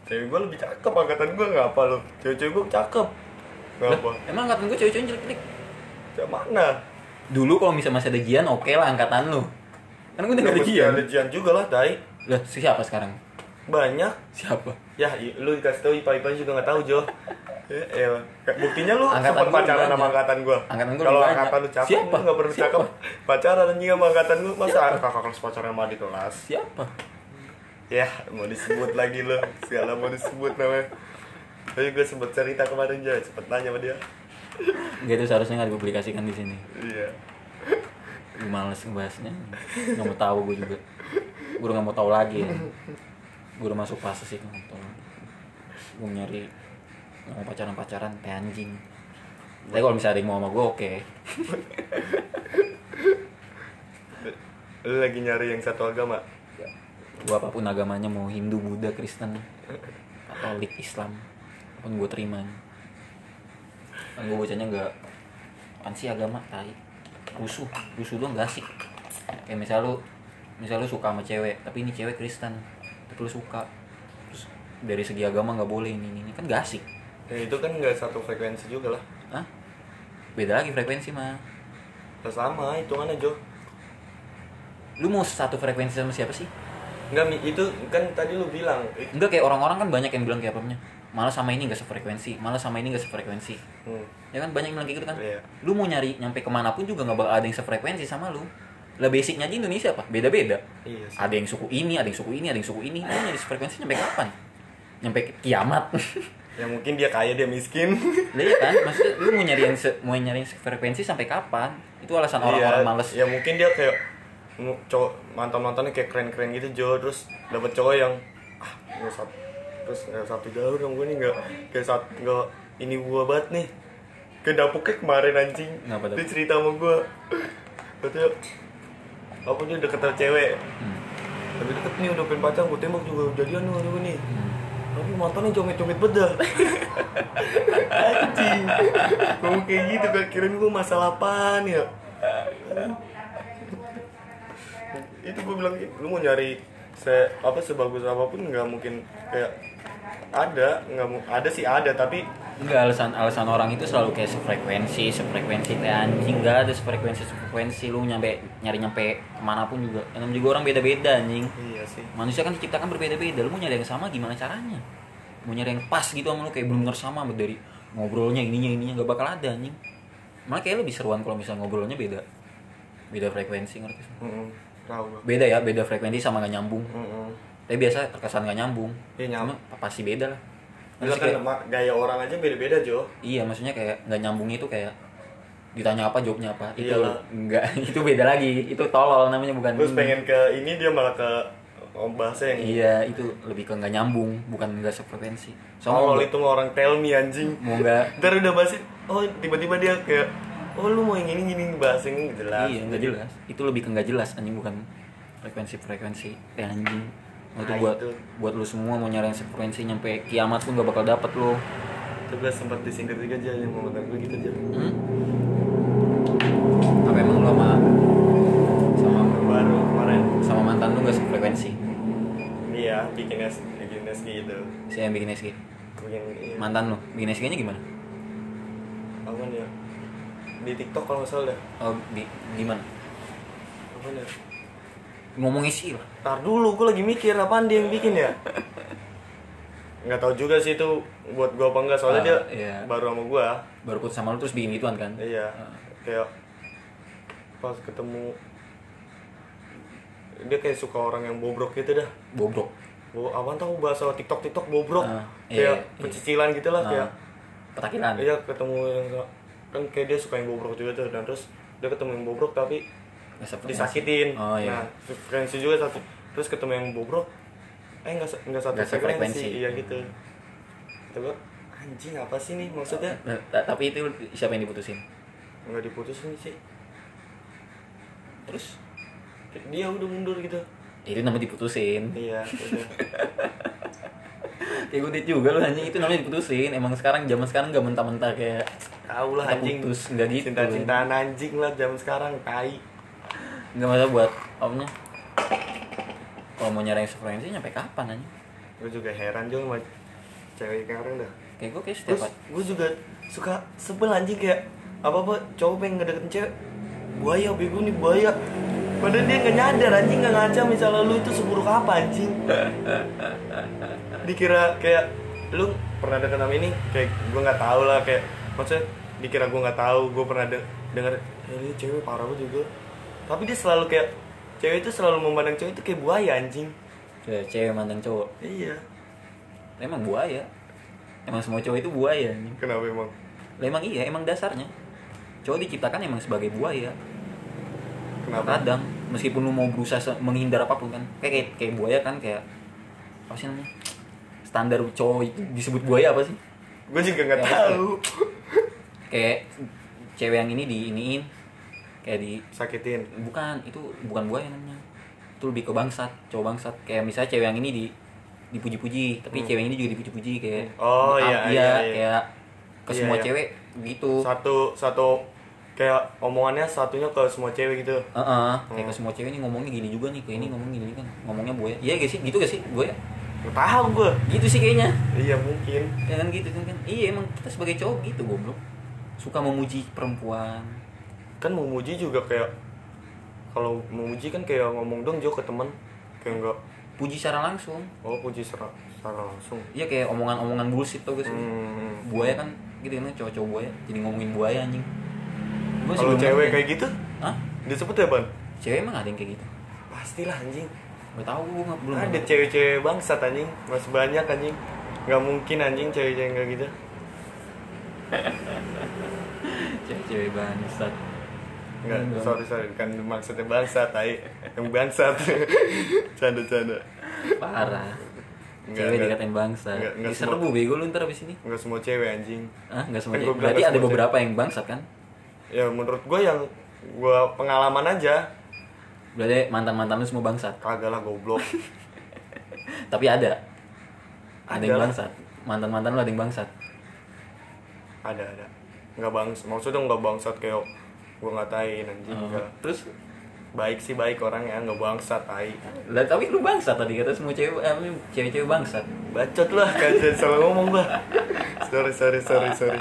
Speaker 2: cewek gue lebih cakep angkatan gue nggak apa lo cewek-cewek gue cakep nggak apa
Speaker 1: Lah, Emang angkatan gue cewek-cewek jelek-jelek.
Speaker 2: cewek mana
Speaker 1: Dulu kalau misalnya masih ada Gian, oke lah angkatan lu. Kan gue udah gak ada
Speaker 2: Mesti
Speaker 1: Gian.
Speaker 2: ada Jian juga lah tai
Speaker 1: Lah, siapa sekarang?
Speaker 2: banyak
Speaker 1: Siapa?
Speaker 2: ya i- lu dikasih tahu ipa ipa juga nggak tahu jo Ya elah. Kayak Buktinya lu
Speaker 1: Angkatan
Speaker 2: sempat
Speaker 1: gua
Speaker 2: pacaran
Speaker 1: banyak.
Speaker 2: sama angkatan gua.
Speaker 1: Angkatan gua
Speaker 2: Kalau
Speaker 1: lebih
Speaker 2: angkatan lu
Speaker 1: banyak.
Speaker 2: cakep,
Speaker 1: Siapa?
Speaker 2: lu nggak perlu
Speaker 1: Siapa?
Speaker 2: cakep. Pacaran anjing sama angkatan lu, masa kakak kelas pacaran sama di kelas?
Speaker 1: Siapa?
Speaker 2: Ya, mau disebut lagi lu. Segala mau disebut namanya. Tapi gue sempet cerita kemarin aja, sempet nanya sama dia.
Speaker 1: Gitu seharusnya nggak dipublikasikan di sini.
Speaker 2: Iya.
Speaker 1: Gue males ngebahasnya. Nggak mau tahu gue juga. Gue udah nggak mau tahu lagi. Ya. Gue udah masuk fase sih nonton. Gue nyari nggak mau pacaran pacaran teh anjing. Tapi kalau misalnya ada yang mau sama gue oke.
Speaker 2: Lu lagi nyari yang satu agama?
Speaker 1: Gue apapun agamanya mau Hindu, Buddha, Kristen, Katolik, Islam, pun gue terima. Kan gue bacanya nggak kan sih agama tai rusuh rusuh doang gak asik kayak misal lu misal lu suka sama cewek tapi ini cewek Kristen tapi lu suka terus dari segi agama nggak boleh ini ini, ini. kan gak asik
Speaker 2: Ya itu kan nggak satu frekuensi juga lah.
Speaker 1: Hah? beda lagi frekuensi mah
Speaker 2: Nah, sama, hitungannya Jo.
Speaker 1: lu mau satu frekuensi sama siapa sih
Speaker 2: Enggak, Mi, itu kan tadi lu bilang. eh,
Speaker 1: enggak kayak orang-orang kan banyak yang bilang kayak apanya malah sama ini gak sefrekuensi malah sama ini gak sefrekuensi
Speaker 2: Hmm.
Speaker 1: ya kan banyak yang bilang kayak gitu kan
Speaker 2: Iya.
Speaker 1: lu mau nyari nyampe kemanapun juga nggak bakal ada yang sefrekuensi sama lu lah basicnya aja Indonesia apa beda-beda
Speaker 2: Iya sih.
Speaker 1: ada yang suku ini ada yang suku ini ada yang suku ini lu nyari frekuensi nyampe kapan nyampe ke- kiamat
Speaker 2: Ya mungkin dia kaya, dia miskin.
Speaker 1: lah iya kan maksudnya lu mau nyari yang se- mau nyari yang frekuensi sampai kapan itu alasan kan orang-orang
Speaker 2: Iya,
Speaker 1: males
Speaker 2: Ya mungkin dia kayak mu- cowok mantan mantannya kayak keren keren gitu Jo terus dapet cowok yang ah nggak satu terus nggak satu jalur dong gue nih nggak kayak satu nggak ini gua banget nih ke dapuknya kemarin anjing
Speaker 1: Kenapa
Speaker 2: dia
Speaker 1: dapuk?
Speaker 2: cerita sama gua katanya apa dia deket sama cewek
Speaker 1: Hmm.
Speaker 2: tapi deket nih udah pengen pacar gue tembak juga jadian nih gue nih
Speaker 1: Hmm.
Speaker 2: tapi mantannya comit-comit beda anjing kamu kayak gitu gak kirain gue masalah apaan ya itu gue bilang lu mau nyari se apa sebagus apapun nggak mungkin kayak ada nggak mu- ada sih ada tapi
Speaker 1: Enggak alasan alasan orang itu selalu kayak sefrekuensi, sefrekuensi kayak anjing enggak ada sefrekuensi sefrekuensi lu nyampe nyari nyampe kemanapun juga. Yang namanya juga orang beda-beda anjing.
Speaker 2: iya sih
Speaker 1: Manusia kan diciptakan berbeda-beda. Lu mau nyari yang sama gimana caranya? Mau nyari yang pas gitu sama lu kayak belum bener sama dari ngobrolnya ininya ininya nggak bakal ada anjing. Malah kayak lebih seruan kalau misalnya ngobrolnya beda. Beda frekuensi ngerti?
Speaker 2: Mm-mm, tahu gue
Speaker 1: Beda ya, beda frekuensi sama gak nyambung.
Speaker 2: Mm-mm.
Speaker 1: Tapi biasa terkesan gak nyambung.
Speaker 2: Iya, nyambung.
Speaker 1: Cuma pasti beda lah.
Speaker 2: Gila
Speaker 1: Maksudnya
Speaker 2: kan
Speaker 1: kayak-
Speaker 2: ma- gaya orang aja beda-beda Jo
Speaker 1: Iya, maksudnya kayak nggak nyambung itu kayak ditanya apa jawabnya apa. Itu
Speaker 2: Iyalah.
Speaker 1: enggak, itu beda lagi. Itu tolol namanya bukan.
Speaker 2: terus pengen ke ini dia malah ke oh, bahasa yang
Speaker 1: Iya, itu lebih ke nggak nyambung, bukan nggak sefrekuensi.
Speaker 2: awal
Speaker 1: Soalnya
Speaker 2: itu mah orang tell me anjing
Speaker 1: mau nggak
Speaker 2: ntar udah bahasin oh tiba-tiba dia kayak oh lu mau yang ini gini bahasin jelas
Speaker 1: Iya, nggak jelas. Itu lebih ke nggak jelas anjing bukan frekuensi-frekuensi eh, anjing. Nah, Itu
Speaker 2: Nah,
Speaker 1: buat
Speaker 2: itu.
Speaker 1: buat lu semua mau nyari yang frekuensi nyampe kiamat pun gak bakal dapet lu.
Speaker 2: tuh gue sempat disindir juga aja yang mau gue gitu aja
Speaker 1: Hmm? Apa emang lu sama sama
Speaker 2: baru kemarin
Speaker 1: sama mantan lu gak sefrekuensi?
Speaker 2: iya bikin es bikin es gitu
Speaker 1: Si yang bikin SG.
Speaker 2: bikin iya.
Speaker 1: Mantan lu, bikin SG-nya gimana?
Speaker 2: apa ya di tiktok kalau nggak salah dah
Speaker 1: Oh, bi- gimana?
Speaker 2: apa ya
Speaker 1: Ngomongnya sih lah.
Speaker 2: Ntar dulu, gue lagi mikir apaan dia yang bikin ya Nggak tahu juga sih itu buat gue apa enggak,
Speaker 1: Ah,
Speaker 2: soalnya dia
Speaker 1: iya.
Speaker 2: baru sama gue
Speaker 1: Baru putus sama lu terus bikin gituan kan?
Speaker 2: Iya,
Speaker 1: Ah.
Speaker 2: kayak pas ketemu Dia kayak suka orang yang bobrok gitu dah
Speaker 1: Bobrok.
Speaker 2: Bo, apaan tau bahasa TikTok-Tiktok bobrok
Speaker 1: Ah,
Speaker 2: Kayak
Speaker 1: iya, iya.
Speaker 2: pecicilan gitu lah,
Speaker 1: Ah,
Speaker 2: kayak
Speaker 1: Petakilan.
Speaker 2: Iya ketemu yang kan kayak dia suka yang bobrok juga tuh dan terus dia ketemu yang bobrok tapi
Speaker 1: Nggak sefrekuensi.
Speaker 2: disakitin.
Speaker 1: Oh iya.
Speaker 2: Nah, frekuensi juga satu. Terus ketemu yang bobrok, eh nggak se- nggak satu
Speaker 1: Nggak
Speaker 2: frekuensi.
Speaker 1: sefrekuensi.
Speaker 2: Iya gitu. Kata gua, anjing apa sih nih maksudnya?
Speaker 1: Nah, ta- tapi itu siapa yang diputusin?
Speaker 2: Nggak diputusin sih.
Speaker 1: Terus
Speaker 2: Dia udah mundur gitu.
Speaker 1: Ya, itu namanya diputusin.
Speaker 2: Iya, udah.
Speaker 1: Kayak gue juga lu anjing itu namanya diputusin. Emang sekarang zaman sekarang gak mentah-mentah kayak
Speaker 2: Tahu lah
Speaker 1: Kita
Speaker 2: anjing.
Speaker 1: putus, nggak gitu.
Speaker 2: Cinta-cintaan anjing lah zaman sekarang tai.
Speaker 1: nggak masalah buat omnya. Kalau mau nyari yang sefrekuensi nyampe kapan anjing?
Speaker 2: Gue juga heran juga sama cewek sekarang dah.
Speaker 1: Kayak gue kayak setiap
Speaker 2: Terus gue juga suka sebel anjing kayak apa-apa cowok pengen ngedeketin cewek buaya bego nih buaya padahal dia nggak nyadar anjing nggak ngaca misalnya lu itu seburuk apa anjing dikira kayak lu pernah deket nama ini kayak gue nggak tahu lah kayak maksudnya dikira gue nggak tahu gue pernah de- denger "Eh, ini cewek parah banget juga tapi dia selalu kayak cewek itu selalu memandang cewek itu kayak buaya anjing
Speaker 1: Cewek, cewek mandang cowok.
Speaker 2: iya
Speaker 1: Emang buaya. Emang semua cowok itu buaya. anjing.
Speaker 2: kenapa emang
Speaker 1: Lah emang iya, emang dasarnya. Cowok diciptakan emang sebagai buaya.
Speaker 2: kenapa
Speaker 1: Kadang meskipun lu mau berusaha se- menghindar apapun kan. Kayak kayak, kayak buaya kan kayak apa sih namanya? Standar cowok itu disebut buaya apa sih?
Speaker 2: gue juga nggak
Speaker 1: Ya,
Speaker 2: tahu
Speaker 1: Kayak cewek yang ini diiniin kayak di
Speaker 2: sakitin
Speaker 1: bukan itu bukan buaya namanya itu lebih ke bangsat cowok bangsat kayak misalnya cewek yang ini di dipuji-puji tapi
Speaker 2: Hmm.
Speaker 1: cewek ini juga dipuji-puji kayak ah,
Speaker 2: Oh, iya, iya, iya.
Speaker 1: kayak ke
Speaker 2: Iya,
Speaker 1: semua
Speaker 2: iya.
Speaker 1: cewek gitu
Speaker 2: satu satu kayak omongannya satunya ke semua cewek gitu
Speaker 1: Heeh, kayak
Speaker 2: Hmm.
Speaker 1: ke semua cewek ini ngomongnya gini juga nih kayak ini ngomong gini kan ngomongnya buaya iya gak sih gitu gak sih buaya
Speaker 2: nggak tahu gue
Speaker 1: gitu sih kayaknya
Speaker 2: iya mungkin
Speaker 1: ya kan gitu kan kan. iya emang kita sebagai cowok gitu goblok suka memuji perempuan
Speaker 2: kan memuji juga kayak kalau memuji kan kayak ngomong dong Jo ke teman kayak enggak
Speaker 1: puji secara langsung
Speaker 2: oh puji secara, secara langsung
Speaker 1: iya kayak omongan-omongan bullshit tau gak sih
Speaker 2: hmm.
Speaker 1: buaya kan gitu kan cowok-cowok buaya jadi ngomongin buaya anjing Gua sebelum
Speaker 2: kalau cewek
Speaker 1: ngerti.
Speaker 2: kayak gitu
Speaker 1: Hah?
Speaker 2: disebut ya ban
Speaker 1: cewek emang ada yang kayak gitu
Speaker 2: pastilah anjing
Speaker 1: gak tau gue nggak belum
Speaker 2: ada
Speaker 1: ngerti.
Speaker 2: cewek-cewek bangsat anjing masih banyak anjing nggak mungkin anjing cewek-cewek enggak gitu
Speaker 1: cewek-cewek bangsat
Speaker 2: Enggak,
Speaker 1: Enggak.
Speaker 2: sorry sorry bukan maksudnya bangsat tai yang bangsat canda canda
Speaker 1: parah
Speaker 2: Enggak,
Speaker 1: cewek
Speaker 2: enggak.
Speaker 1: dikatain bangsa
Speaker 2: Enggak, enggak
Speaker 1: diserbu bego lu ntar abis ini
Speaker 2: nggak semua cewek anjing
Speaker 1: ah nggak semua
Speaker 2: Kan
Speaker 1: cewek
Speaker 2: gua bilang
Speaker 1: berarti
Speaker 2: nggak
Speaker 1: ada
Speaker 2: semua
Speaker 1: beberapa yang bangsat kan
Speaker 2: ya menurut gue yang gue pengalaman aja
Speaker 1: berarti mantan mantan lu semua bangsat
Speaker 2: kagak lah goblok
Speaker 1: tapi ada ada yang
Speaker 2: Ada.
Speaker 1: bangsat mantan mantan lu ada yang bangsat
Speaker 2: ada ada nggak bangs maksudnya nggak bangsat kayak gue ngatain anjing
Speaker 1: Oh,
Speaker 2: nggak
Speaker 1: terus
Speaker 2: baik sih baik orangnya nggak bangsat tai
Speaker 1: lah tapi lu bangsat tadi kata semua cewek eh, cewek-cewek bangsat
Speaker 2: bacot lah kagak salah ngomong lah sorry sorry sorry sorry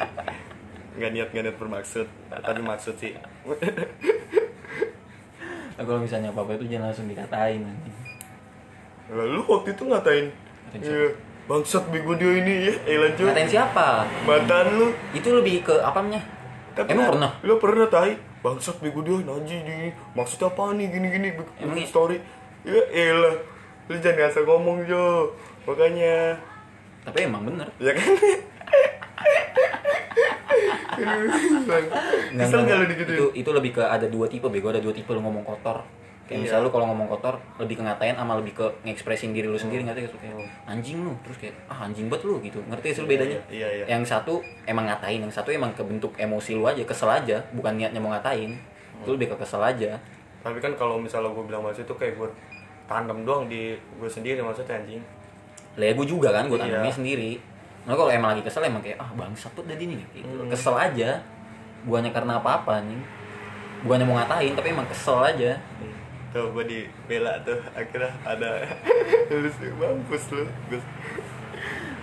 Speaker 2: nggak niat nggak niat bermaksud tapi maksud sih
Speaker 1: Nah, kalau misalnya apa apa itu jangan langsung dikatain nanti
Speaker 2: lalu waktu itu ngatain
Speaker 1: Ngatain siapa?
Speaker 2: iya bangsat bego dia ini ya elah Jo.
Speaker 1: ngatain siapa
Speaker 2: mantan lu
Speaker 1: itu lebih ke apa namanya
Speaker 2: kan-
Speaker 1: emang pernah
Speaker 2: lu pernah tai bangsat bego dia naji di maksudnya apa nih gini gini bikin
Speaker 1: Emang iya?
Speaker 2: story ya elah lu jangan ngasal ngomong Jo makanya
Speaker 1: tapi emang bener
Speaker 2: ya kan Bang,
Speaker 1: Nggak,
Speaker 2: Kesel
Speaker 1: nggak,
Speaker 2: gak lu
Speaker 1: nggak.
Speaker 2: digituin?
Speaker 1: Itu itu lebih ke ada dua tipe bego, ada dua tipe lu ngomong kotor. Kayak
Speaker 2: Iya.
Speaker 1: misalnya lu kalau ngomong kotor lebih ke ngatain sama lebih ke ngekspresin diri
Speaker 2: Hmm.
Speaker 1: lu sendiri ngerti nggak sih? kayak anjing lu terus kayak ah anjing banget lu gitu. Ngerti nggak sih lu
Speaker 2: Iya,
Speaker 1: bedanya?
Speaker 2: Oh. iya, iya.
Speaker 1: Yang satu emang ngatain, yang satu emang kebentuk emosi lu aja, kesel aja, bukan niatnya mau ngatain.
Speaker 2: Hmm.
Speaker 1: Itu lebih ke kesel aja.
Speaker 2: Tapi kan kalau misalnya gue bilang maksud itu kayak gue tanam doang di gue sendiri maksudnya anjing.
Speaker 1: Lah ya gue juga kan, gue tanamnya
Speaker 2: Iya.
Speaker 1: sendiri. Nah kalau emang lagi kesel emang kayak ah bangsat tuh tadi nih gitu.
Speaker 2: Hmm.
Speaker 1: Kesel aja. Bukannya karena apa-apa nih. Bukannya mau ngatain tapi emang kesel aja.
Speaker 2: Tuh gue dibela tuh akhirnya ada lu sih, mampus lu. Gus.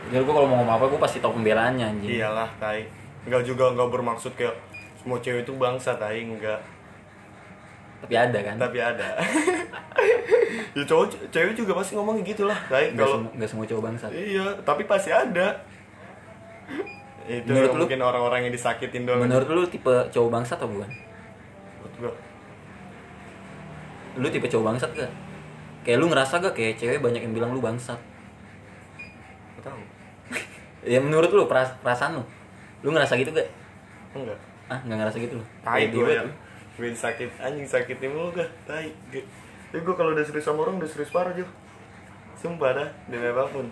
Speaker 1: Jadi gue kalau mau ngomong apa gue pasti tau pembelaannya anjing.
Speaker 2: Iyalah tai. Enggak juga enggak bermaksud kayak semua cewek itu bangsa tai enggak.
Speaker 1: Tapi ada kan.
Speaker 2: Tapi ada. ya cowok cewek juga pasti ngomong gitu lah tai
Speaker 1: Enggak
Speaker 2: kalau
Speaker 1: semua nggak semua cowok bangsat.
Speaker 2: Iya, tapi pasti ada. Itu
Speaker 1: Menurut lu?
Speaker 2: mungkin orang-orang yang disakitin doang.
Speaker 1: Menurut lu tipe cowok bangsat atau bukan?
Speaker 2: Menurut gua,
Speaker 1: Lu tipe cowok bangsat gak? Kayak lu ngerasa gak kayak cewek banyak yang bilang lu bangsat?
Speaker 2: nggak tahu.
Speaker 1: Ya menurut lu peras- perasaan lu. Lu ngerasa gitu gak?
Speaker 2: Enggak.
Speaker 1: Ah, nggak ngerasa gitu lu.
Speaker 2: Tai
Speaker 1: Kayak
Speaker 2: gue
Speaker 1: dibuat
Speaker 2: ya.
Speaker 1: lu.
Speaker 2: Gue sakit anjing sakitin mulu gua. Tai. Gue- Tapi gue kalau udah serius sama orang udah serius parah Jo. Sumpah dah, demi apapun.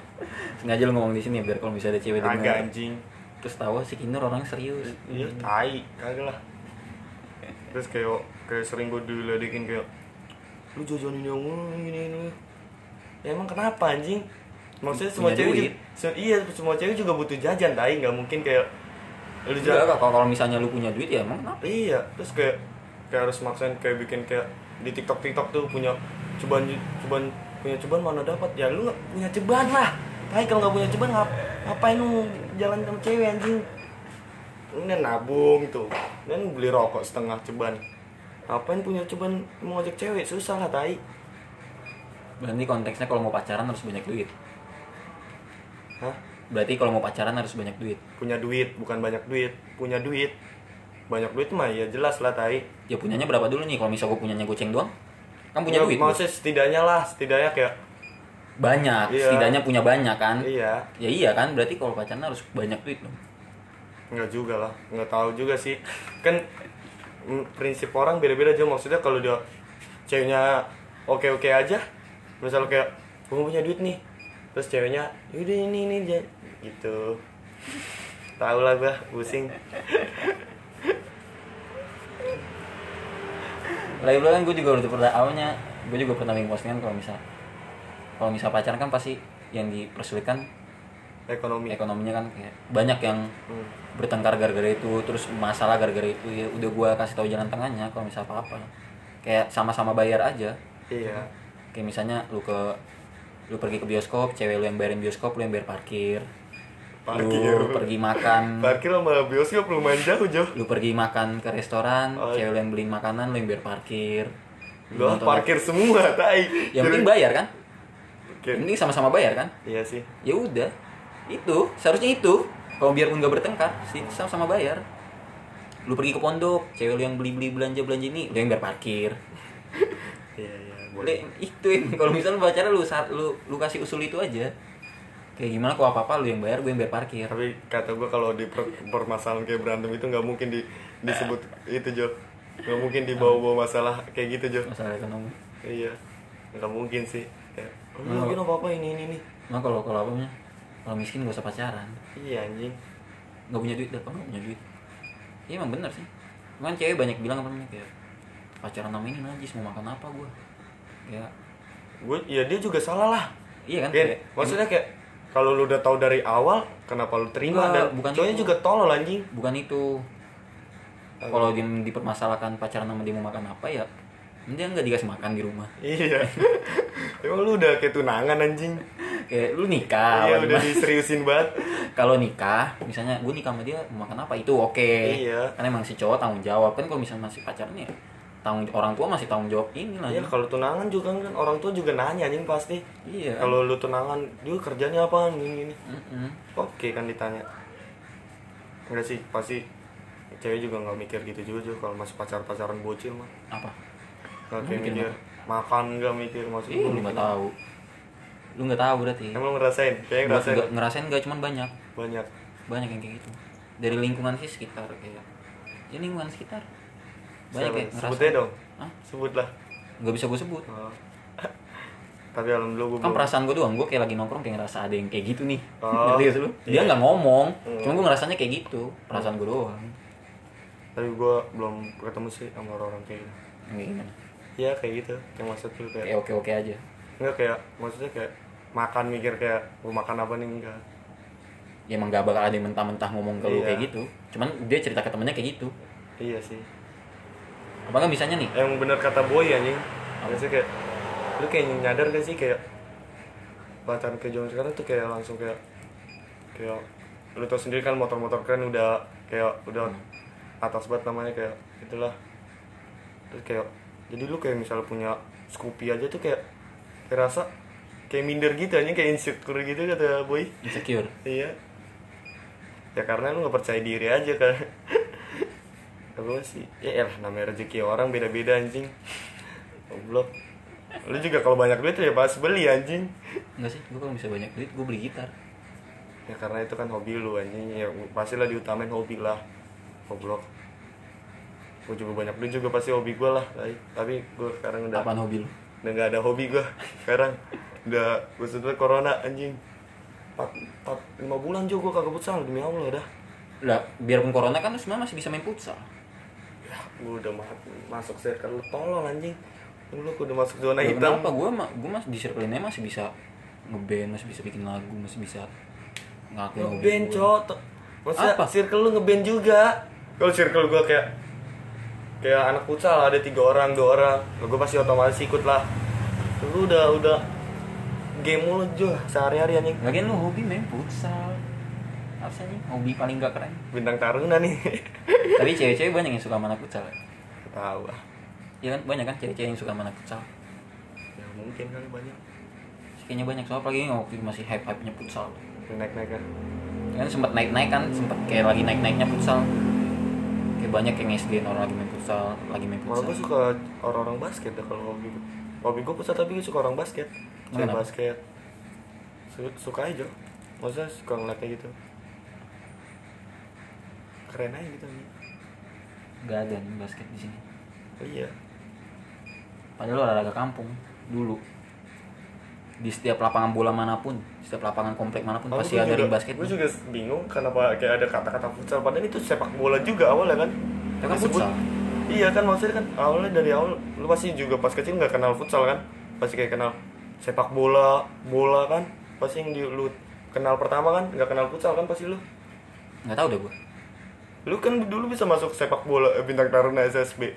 Speaker 1: Sengaja lu ngomong di sini ya, biar kalau misalnya ada cewek
Speaker 2: Agak anjing.
Speaker 1: Terus tahu si Kinur orang serius.
Speaker 2: Iya, tai. Kagak lah. Terus kayak kayak sering gue diledekin kayak lu jajanin yang mulu gini ini. Ya, emang kenapa anjing? Maksudnya semua
Speaker 1: Punya
Speaker 2: cewek
Speaker 1: duit.
Speaker 2: juga, se- iya semua cewek juga butuh jajan tai, nggak mungkin kayak lu
Speaker 1: Enggak,
Speaker 2: jajan.
Speaker 1: Kak. kalau kalau misalnya lu punya duit ya emang kenapa?
Speaker 2: Iya, terus kayak kayak harus maksain kayak bikin kayak di TikTok TikTok tuh punya cobaan cobaan punya cobaan mana dapat ya lu nggak punya cobaan lah. Tapi kalau nggak punya cobaan ngap, ngapain lu jalan sama cewek anjing? Lu nih nabung tuh, dan beli rokok setengah cobaan. Ngapain punya cobaan mau ngajak cewek susah lah tai.
Speaker 1: Berarti konteksnya kalau mau pacaran harus banyak duit.
Speaker 2: Hah?
Speaker 1: berarti kalau mau pacaran harus banyak duit
Speaker 2: punya duit bukan banyak duit punya duit banyak duit mah ya jelas lah tai
Speaker 1: ya punyanya berapa dulu nih kalau misal gue punyanya goceng doang kan punya
Speaker 2: Ya,
Speaker 1: duit bos.
Speaker 2: maksudnya setidaknya lah setidaknya kayak
Speaker 1: banyak
Speaker 2: Iya.
Speaker 1: setidaknya punya banyak kan
Speaker 2: iya
Speaker 1: ya iya kan berarti kalau pacaran harus banyak duit dong
Speaker 2: nggak juga lah nggak tahu juga sih kan mm, prinsip orang beda-beda aja maksudnya kalau dia ceweknya oke-oke aja misal kayak gue punya duit nih terus ceweknya yaudah ini ini aja gitu tahu lah gua pusing
Speaker 1: lagi pula kan gue juga udah pernah awalnya gue juga pernah bikin postingan kalau misal kalau misal pacaran kan pasti yang dipersulitkan
Speaker 2: ekonomi
Speaker 1: ekonominya kan kayak banyak yang
Speaker 2: Hmm.
Speaker 1: bertengkar gara-gara itu terus masalah gara-gara itu ya udah gua kasih tahu jalan tengahnya kalau misal apa apa kayak sama-sama bayar aja
Speaker 2: iya
Speaker 1: kayak misalnya lu ke lu pergi ke bioskop cewek lu yang bayarin bioskop lu yang bayar parkir
Speaker 2: Parkir.
Speaker 1: lu pergi makan
Speaker 2: parkir sama bioskop lumayan jauh jauh
Speaker 1: lu pergi makan ke restoran
Speaker 2: Oh.
Speaker 1: cewek lu yang beliin makanan lu yang bayar parkir Lu
Speaker 2: Loh,
Speaker 1: nonton-
Speaker 2: parkir semua tai
Speaker 1: Iya, yang penting bayar kan
Speaker 2: Oke.
Speaker 1: yang penting sama-sama bayar kan
Speaker 2: iya sih
Speaker 1: ya udah itu seharusnya itu kalau biarpun nggak bertengkar sih sama-sama bayar lu pergi ke pondok cewek lu yang beli beli belanja belanja ini lu yang bayar parkir
Speaker 2: iya iya
Speaker 1: Udah,
Speaker 2: boleh
Speaker 1: itu yang- kalau misalnya pacaran lu saat lu lu kasih usul itu aja kayak gimana kalau apa apa lu yang bayar gue yang bayar parkir
Speaker 2: Ya, tapi kata gua kalau di per- permasalahan kayak berantem itu nggak mungkin di disebut itu Jo nggak mungkin dibawa-bawa masalah kayak gitu Jo
Speaker 1: masalah ekonomi
Speaker 2: iya nggak mungkin sih Ya. kayak "Lu
Speaker 1: gitu,
Speaker 2: lagi apa apa ini ini ini
Speaker 1: nah kalau kalau apa namanya kalau miskin gak usah pacaran
Speaker 2: iya anjing
Speaker 1: nggak punya duit dah kalau nggak punya duit iya emang bener sih cuman cewek banyak bilang apa namanya kayak pacaran sama ini najis mau makan apa gue kayak
Speaker 2: gue ya dia juga salah lah
Speaker 1: iya kan
Speaker 2: Kayak,
Speaker 1: kayak-
Speaker 2: maksudnya kayak kalau lu udah tahu dari awal kenapa lu terima
Speaker 1: Enggak,
Speaker 2: dan
Speaker 1: bukan
Speaker 2: cowoknya
Speaker 1: itu.
Speaker 2: juga tolol anjing
Speaker 1: bukan itu kalau dia dipermasalahkan pacaran sama dia mau makan apa ya dia nggak dikasih makan di rumah
Speaker 2: iya emang lu udah kayak tunangan anjing
Speaker 1: kayak lu nikah
Speaker 2: iya
Speaker 1: apa
Speaker 2: udah
Speaker 1: gimana?
Speaker 2: diseriusin banget
Speaker 1: kalau nikah misalnya gue nikah sama dia mau makan apa itu oke
Speaker 2: Iya.
Speaker 1: karena emang si cowok tanggung jawab kan kalau misalnya masih pacaran ya tanggung orang tua masih tanggung jawab ini lah
Speaker 2: Iya kalau tunangan juga kan orang tua juga nanya anjing pasti.
Speaker 1: Iya.
Speaker 2: Kalau lu tunangan, dia kerjanya apa ini ini.
Speaker 1: Mm-mm.
Speaker 2: Oke kan ditanya. Enggak sih pasti cewek juga nggak mikir gitu juga Jo, kalau masih pacar pacaran bocil mah.
Speaker 1: apa
Speaker 2: Nggak
Speaker 1: Lu
Speaker 2: kayak
Speaker 1: mikir
Speaker 2: mikir makan nggak mikir maksud
Speaker 1: Ih,
Speaker 2: gua
Speaker 1: lu nggak tahu lu nggak tahu berarti
Speaker 2: Iya, gitu. Emang lu ngerasain? Kayak
Speaker 1: Gua
Speaker 2: ngerasain
Speaker 1: nggak- ngerasain nggak cuman banyak
Speaker 2: banyak.
Speaker 1: banyak yang kayak gitu dari lingkungan sih sekitar kayak ya lingkungan sekitar banyak
Speaker 2: Siapa?
Speaker 1: kayak ngerasa
Speaker 2: Sebut aja dong.
Speaker 1: Hah?
Speaker 2: Sebutlah.
Speaker 1: nggak bisa gue sebut
Speaker 2: Oh. Tapi alhamdulillah gue
Speaker 1: kan perasaan gue doang gue kayak lagi nongkrong kayak ngerasa ada yang kayak gitu nih
Speaker 2: Oh. Hmm.
Speaker 1: ngerti gak sih lu dia nggak ngomong cuma gue ngerasanya kayak gitu perasaan gue doang
Speaker 2: Tapi gue belum ketemu sih sama orang-orang kayak gitu.
Speaker 1: kayak gimana
Speaker 2: Iya kayak gitu. Kayak maksud lu kayak
Speaker 1: kayak oke oke aja
Speaker 2: Enggak kayak maksudnya kayak makan mikir kayak mau makan apa nih enggak.
Speaker 1: ya emang gak bakal ada yang mentah-mentah ngomong ke lu
Speaker 2: Iya.
Speaker 1: kayak gitu cuman dia cerita ke temennya kayak gitu
Speaker 2: Iya sih.
Speaker 1: apa nggak bisanya nih
Speaker 2: Yang bener kata boy anjing. Maksudnya kayak lu kayak nyadar gak sih kayak pacaran ke zaman sekarang tuh kayak langsung kayak kayak lu tau sendiri kan motor-motor keren udah kayak udah atas banget namanya kayak itulah terus kayak jadi lu kayak misalnya punya Scoopy aja tuh kayak kayak rasa kayak minder gitu anjing kayak insecure gitu kata boy
Speaker 1: insecure
Speaker 2: Iya. Ya karena lu nggak percaya diri aja kan. Kalau sih, ya elah namanya rezeki orang beda-beda anjing. Goblok. Lu juga kalau banyak duit ya pas beli anjing.
Speaker 1: nggak sih gue kalau bisa banyak duit gue beli gitar
Speaker 2: Ya karena itu kan hobi lu anjing. Ya pastilah diutamain hobi lah. Goblok. Gue juga banyak duit juga pasti hobi gue lah. Tai. Tapi gue sekarang udah
Speaker 1: apaan hobi lu
Speaker 2: udah nggak ada hobi gue sekarang. Udah maksudnya corona anjing. 4, 4, 5 bulan juga gue kagak futsal demi Allah dah.
Speaker 1: lah biarpun corona kan lu semua masih bisa main futsal
Speaker 2: gue udah ma- masuk circle lu tolol anjing lu udah masuk zona
Speaker 1: Ya,
Speaker 2: hitam
Speaker 1: kenapa gue ma- gue masih di circle-nya masih bisa ngeband masih bisa bikin lagu masih bisa ngakuin hobi
Speaker 2: ngeband
Speaker 1: gua.
Speaker 2: cok maksudnya
Speaker 1: Apa?
Speaker 2: circle lu ngeband juga kalau circle gue kayak kayak anak futsal ada tiga orang dua orang gue pasti otomatis ikut lah lu udah udah game mulu juga sehari-hari anjing
Speaker 1: lagian lu hobi main futsal apa sih anjing? hobi paling gak keren
Speaker 2: bintang taruna nih
Speaker 1: tapi cewek-cewek banyak yang suka sama anak futsal
Speaker 2: tahu ah
Speaker 1: ya kan banyak kan cewek-cewek yang suka sama anak futsal
Speaker 2: ya mungkin kali banyak
Speaker 1: Kayaknya banyak soal apalagi yang waktu itu masih hype hype nya futsal
Speaker 2: naik naiknya
Speaker 1: kan sempet naik naik kan sempet kayak lagi naik naiknya futsal kayak banyak yang SD orang lagi main futsal lagi main
Speaker 2: malah
Speaker 1: futsal
Speaker 2: gue suka orang-orang basket dah kalau hobi gue hobi gue pusat tapi gue suka orang basket suka
Speaker 1: Kenapa?
Speaker 2: basket Su- suka aja maksudnya suka ngeliatnya gitu keren aja gitu anjing.
Speaker 1: nggak ada nih basket di sini
Speaker 2: iya
Speaker 1: padahal olahraga kampung dulu di setiap lapangan bola manapun setiap lapangan komplek manapun
Speaker 2: Malah
Speaker 1: pasti
Speaker 2: gua
Speaker 1: ada
Speaker 2: juga-
Speaker 1: ring basket
Speaker 2: Gua juga bingung kenapa kayak ada kata-kata futsal padahal itu sepak bola juga awalnya kan.
Speaker 1: Ya kan
Speaker 2: Disebut-
Speaker 1: futsal.
Speaker 2: Iya kan maksudnya kan awalnya dari awal lu pasti juga pas kecil nggak kenal futsal kan. Pasti kayak kenal sepak bola, bola kan. Pasti yang di, lu kenal pertama kan nggak kenal futsal kan pasti lu.
Speaker 1: nggak tahu deh gue
Speaker 2: Lu kan dulu bisa masuk sepak bola eh, bintang taruna SSB.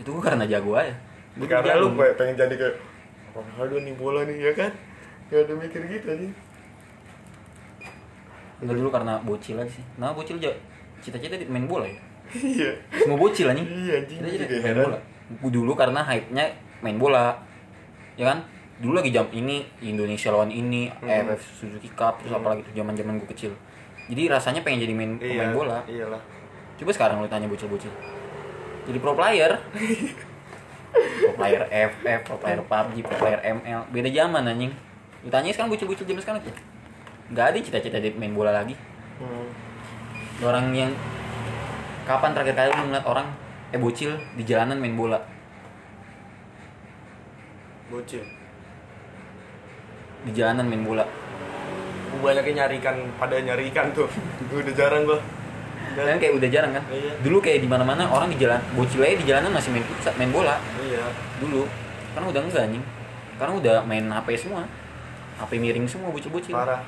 Speaker 1: itu gue karena jago aja Gua
Speaker 2: Karena
Speaker 1: jago.
Speaker 2: lu kayak pengen jadi kayak Ronaldo nih bola nih ya kan. Gak ada mikir gitu anjing.
Speaker 1: Enggak dulu karena bocil aja sih. Nah bocil aja cita-cita di- main bola ya.
Speaker 2: Iya.
Speaker 1: Semua bocil anjing.
Speaker 2: Iya, anjing,
Speaker 1: Cita-cita
Speaker 2: juga
Speaker 1: main
Speaker 2: heran.
Speaker 1: bola. Gua Dulu karena hype-nya main bola. Ya kan? Dulu lagi jam ini Indonesia lawan ini
Speaker 2: Hmm.
Speaker 1: AFF Suzuki Cup terus apalagi tuh zaman-zaman gue kecil. Jadi rasanya pengen jadi
Speaker 2: Iya.
Speaker 1: main pemain bola.
Speaker 2: Iyalah.
Speaker 1: Coba sekarang lu tanya bocil-bocil. Jadi pro player. pro player FF, pro player PUBG, pro player ML. Beda zaman anjing. Lu tanya sekarang bocil-bocil zaman sekarang ya. Gak ada cita-cita jadi main bola lagi
Speaker 2: Hmm.
Speaker 1: orang yang kapan terakhir kali lu ngeliat orang eh bocil di jalanan main bola
Speaker 2: Bocil.
Speaker 1: di jalanan main bola
Speaker 2: Gue banyaknya nyari ikan pada nyari ikan tuh Gue udah jarang gue
Speaker 1: kan kayak udah jarang kan
Speaker 2: Iya.
Speaker 1: dulu kayak di mana mana orang di jalan bocil aja di jalanan masih main futsal main bola
Speaker 2: iya
Speaker 1: dulu karena udah enggak anjing karena udah main HP semua HP miring semua bocil-bocil
Speaker 2: parah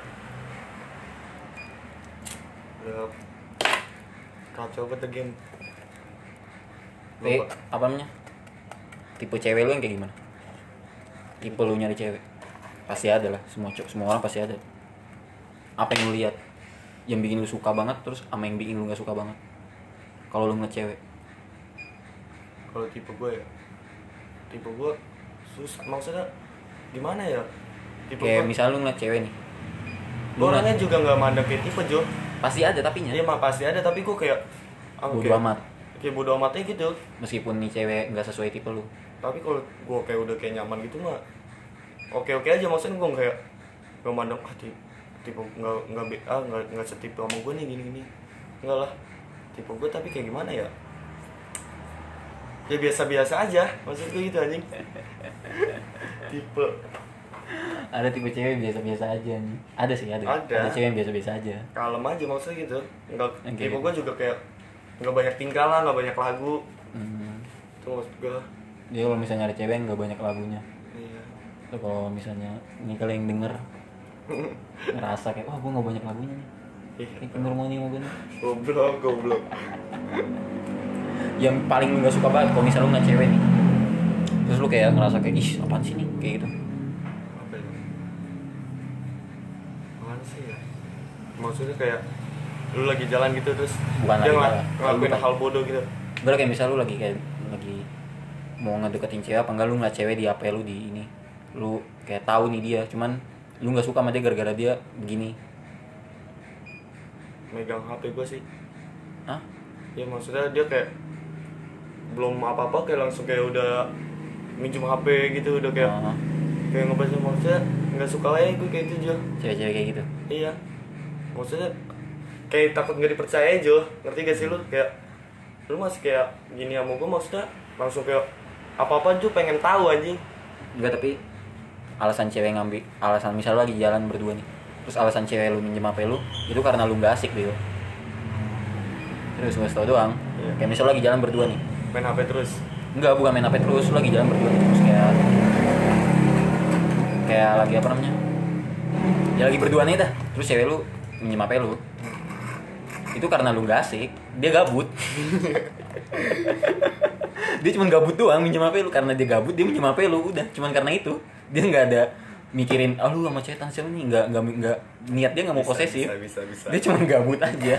Speaker 2: udah Ya. kacau banget the game
Speaker 1: Eh,
Speaker 2: Lupa.
Speaker 1: apa namanya tipe cewek lu yang kayak gimana tipe lu nyari cewek pasti ada lah semua cowok semua orang pasti ada apa yang lu lihat yang bikin lu suka banget terus sama yang bikin lu nggak suka banget kalau lu ngeliat cewek
Speaker 2: kalau tipe gue ya tipe gue susah maksudnya gimana ya tipe
Speaker 1: kayak
Speaker 2: gue
Speaker 1: misalnya lu ngeliat cewek nih
Speaker 2: Gue
Speaker 1: lu
Speaker 2: orangnya
Speaker 1: ngeliat-
Speaker 2: juga nggak mandang kayak tipe Jo
Speaker 1: pasti ada tapinya
Speaker 2: Iya mah pasti ada tapi gue kayak ah,
Speaker 1: bodo
Speaker 2: kayak-
Speaker 1: amat
Speaker 2: kayak bodo amatnya gitu
Speaker 1: meskipun nih cewek nggak sesuai tipe lu
Speaker 2: tapi kalau gue kayak udah kayak nyaman gitu mah oke oke aja maksudnya gue kayak gue mandang ah ti- tipe nggak nggak be- ah nggak nggak setipe sama gue nih gini gini enggak lah tipe gue tapi kayak gimana ya ya biasa biasa aja maksud gue gitu anjing tipe
Speaker 1: ada tipe cewek biasa-biasa aja nih ada sih ada
Speaker 2: Ada.
Speaker 1: cewek yang biasa-biasa aja
Speaker 2: kalem aja maksudnya gitu nggak
Speaker 1: Yang kayak
Speaker 2: tipe
Speaker 1: gitu.
Speaker 2: gue juga kayak nggak banyak tingkah lah nggak banyak lagu
Speaker 1: hmm.
Speaker 2: itu maksud gue
Speaker 1: jadi kalau misalnya ada cewek yang nggak banyak lagunya
Speaker 2: iya
Speaker 1: Tuh kalau misalnya ini kalian yang denger ngerasa kayak wah gue nggak banyak lagunya nih
Speaker 2: Iya.
Speaker 1: ini penurmoni mau gue nih
Speaker 2: goblok goblok
Speaker 1: yang paling nggak suka banget kalau misalnya lu nggak cewek nih terus lu kayak ngerasa kayak ih apaan sih nih kayak gitu
Speaker 2: apa ya? Apaan sih ya? Maksudnya kayak lu lagi jalan gitu terus
Speaker 1: Bukan lagi
Speaker 2: dia ngel-
Speaker 1: jalan.
Speaker 2: ngelakuin
Speaker 1: Bukan.
Speaker 2: hal bodoh gitu.
Speaker 1: Bener kayak misal lu lagi kayak lagi mau ngedeketin cewek apa enggak lu ngeliat cewek di HP lu di ini lu kayak tahu nih dia cuman lu nggak suka sama dia gara-gara dia begini
Speaker 2: Megang HP gue sih.
Speaker 1: ah
Speaker 2: Ya maksudnya dia kayak belum apa-apa kayak langsung kayak udah minjem HP gitu udah kayak
Speaker 1: Ah,
Speaker 2: kayak ngebaca maksudnya nggak suka lah ya gue kayak itu Jo.
Speaker 1: cewek-cewek kayak gitu
Speaker 2: Iya. Maksudnya kayak takut nggak dipercaya Jo. Ngerti gak sih lu? Kayak lu masih kayak gini sama gue maksudnya langsung kayak apa-apa Jo pengen tahu anjing.
Speaker 1: Enggak tapi alasan cewek ngambil alasan misal lu lagi jalan berdua nih. Terus alasan cewek lu minjem HP lu itu karena lu nggak asik gitu. Terus gue tau doang.
Speaker 2: Iya.
Speaker 1: Kayak misal lu lagi jalan berdua nih.
Speaker 2: Main HP terus.
Speaker 1: Enggak bukan main HP terus lu lagi jalan berdua nih. Terus kayak kayak lagi apa namanya? Ya lagi berdua nih dah. Terus cewek lu minjem HP lu. Itu karena lu nggak asik, dia gabut. dia cuma gabut doang minjem HP lu karena dia gabut dia minjem HP lu udah cuman karena itu dia nggak ada mikirin ah lu sama cetan siapa nih nggak nggak nggak niat dia nggak mau
Speaker 2: Bisa,
Speaker 1: posesif
Speaker 2: bisa, bisa, bisa.
Speaker 1: dia cuma gabut aja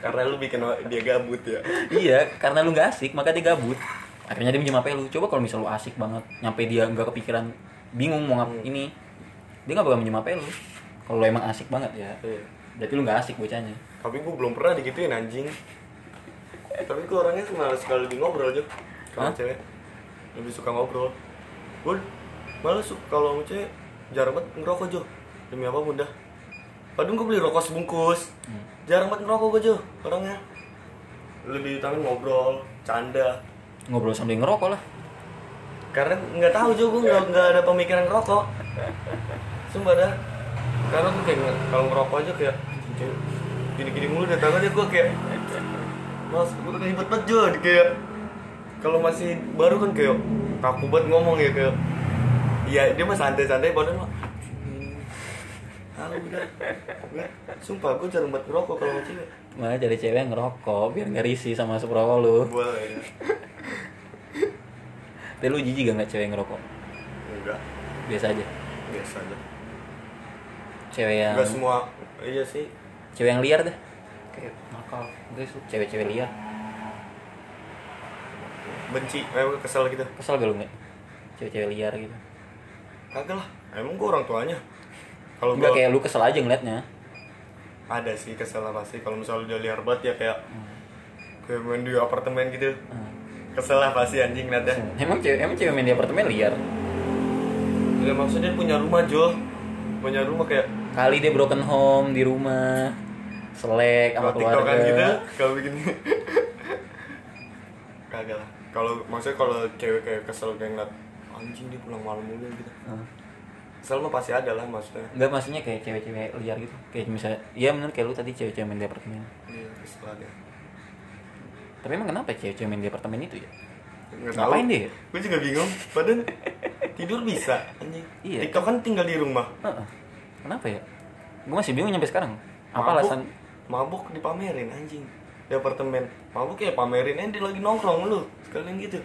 Speaker 2: karena lu bikin dia gabut ya
Speaker 1: iya karena lu nggak asik maka dia gabut akhirnya dia minjem HP lu coba kalau misal lu
Speaker 2: Iya.
Speaker 1: asik banget nyampe dia nggak kepikiran bingung mau ngap ini dia nggak bakal minjem HP lu kalau lo emang asik banget ya
Speaker 2: Iya.
Speaker 1: berarti lu nggak asik bocahnya
Speaker 2: tapi gue belum pernah digituin anjing tapi gue orangnya malah sekali lebih ngobrol aja
Speaker 1: Hah?
Speaker 2: sama cewek lebih suka ngobrol gue malah suka kalau sama cewek jarang banget ngerokok jo demi apa mudah padahal gue beli rokok sebungkus
Speaker 1: Hmm.
Speaker 2: jarang banget ngerokok gue jo orangnya lebih utamain ngobrol canda
Speaker 1: ngobrol sambil ngerokok lah
Speaker 2: karena nggak tahu juga gue nggak nggak ada pemikiran ngerokok sumpah dah karena gue kayak nge- kalau ngerokok aja kayak kayak gini-gini mulu deh tangannya gue kayak mas gue ribet banget Jo. kayak kalau masih baru kan kayak kaku banget ngomong ya kayak iya dia mah santai-santai padahal mah hmm, tahu dah Nggak, sumpah gue jarang banget ngerokok kalau sama cewek
Speaker 1: malah cari cewek yang ngerokok biar nggak risih sama seperokok lu
Speaker 2: boleh ya
Speaker 1: tapi lu jijik gak ngeliat cewek yang ngerokok
Speaker 2: enggak
Speaker 1: biasa aja
Speaker 2: biasa aja
Speaker 1: cewek yang
Speaker 2: enggak semua iya sih
Speaker 1: cewek yang liar deh
Speaker 2: kayak
Speaker 1: nakal guys cewek-cewek liar
Speaker 2: benci eh, kesel gitu
Speaker 1: kesel gak lu nggak cewek-cewek liar gitu
Speaker 2: Kagak lah, emang gua orang tuanya. Kalau
Speaker 1: nggak
Speaker 2: gua
Speaker 1: kayak lu kesel aja ngeliatnya
Speaker 2: ada sih kesel pasti kalau misalnya udah liar banget ya kayak
Speaker 1: Hmm.
Speaker 2: kayak main di apartemen gitu. Kesel lah pasti anjing nada.
Speaker 1: emang cewek emang cewek main di apartemen liar
Speaker 2: Ya maksudnya punya rumah, Jo. Punya rumah kayak
Speaker 1: kali dia broken home di rumah selek sama
Speaker 2: kalau tiktokan
Speaker 1: keluarga
Speaker 2: gitu, kalau begini. Kagak lah. Kalau maksudnya kalau cewek kayak kesel kayak ngeliat anjing dia pulang malam mulu gitu.
Speaker 1: Hmm.
Speaker 2: Kesel mah pasti ada lah maksudnya.
Speaker 1: nggak maksudnya kayak cewek-cewek liar gitu kayak misalnya iya bener kayak lu tadi cewek-cewek main di apartemen
Speaker 2: Iya, kesel ada.
Speaker 1: tapi emang kenapa cewek-cewek main di apartemen itu ya
Speaker 2: Nggak
Speaker 1: Ngapain dia?
Speaker 2: Gue juga bingung. Padahal tidur bisa. Anjing.
Speaker 1: Iya.
Speaker 2: TikTok kan tinggal di rumah.
Speaker 1: Heeh. kenapa ya gue masih bingung nyampe sekarang apa
Speaker 2: Mabuk-
Speaker 1: alasan
Speaker 2: Mabuk dipamerin anjing. Di apartemen. Mabuk ya pamerin aja dia lagi nongkrong lu. Sekalian gitu.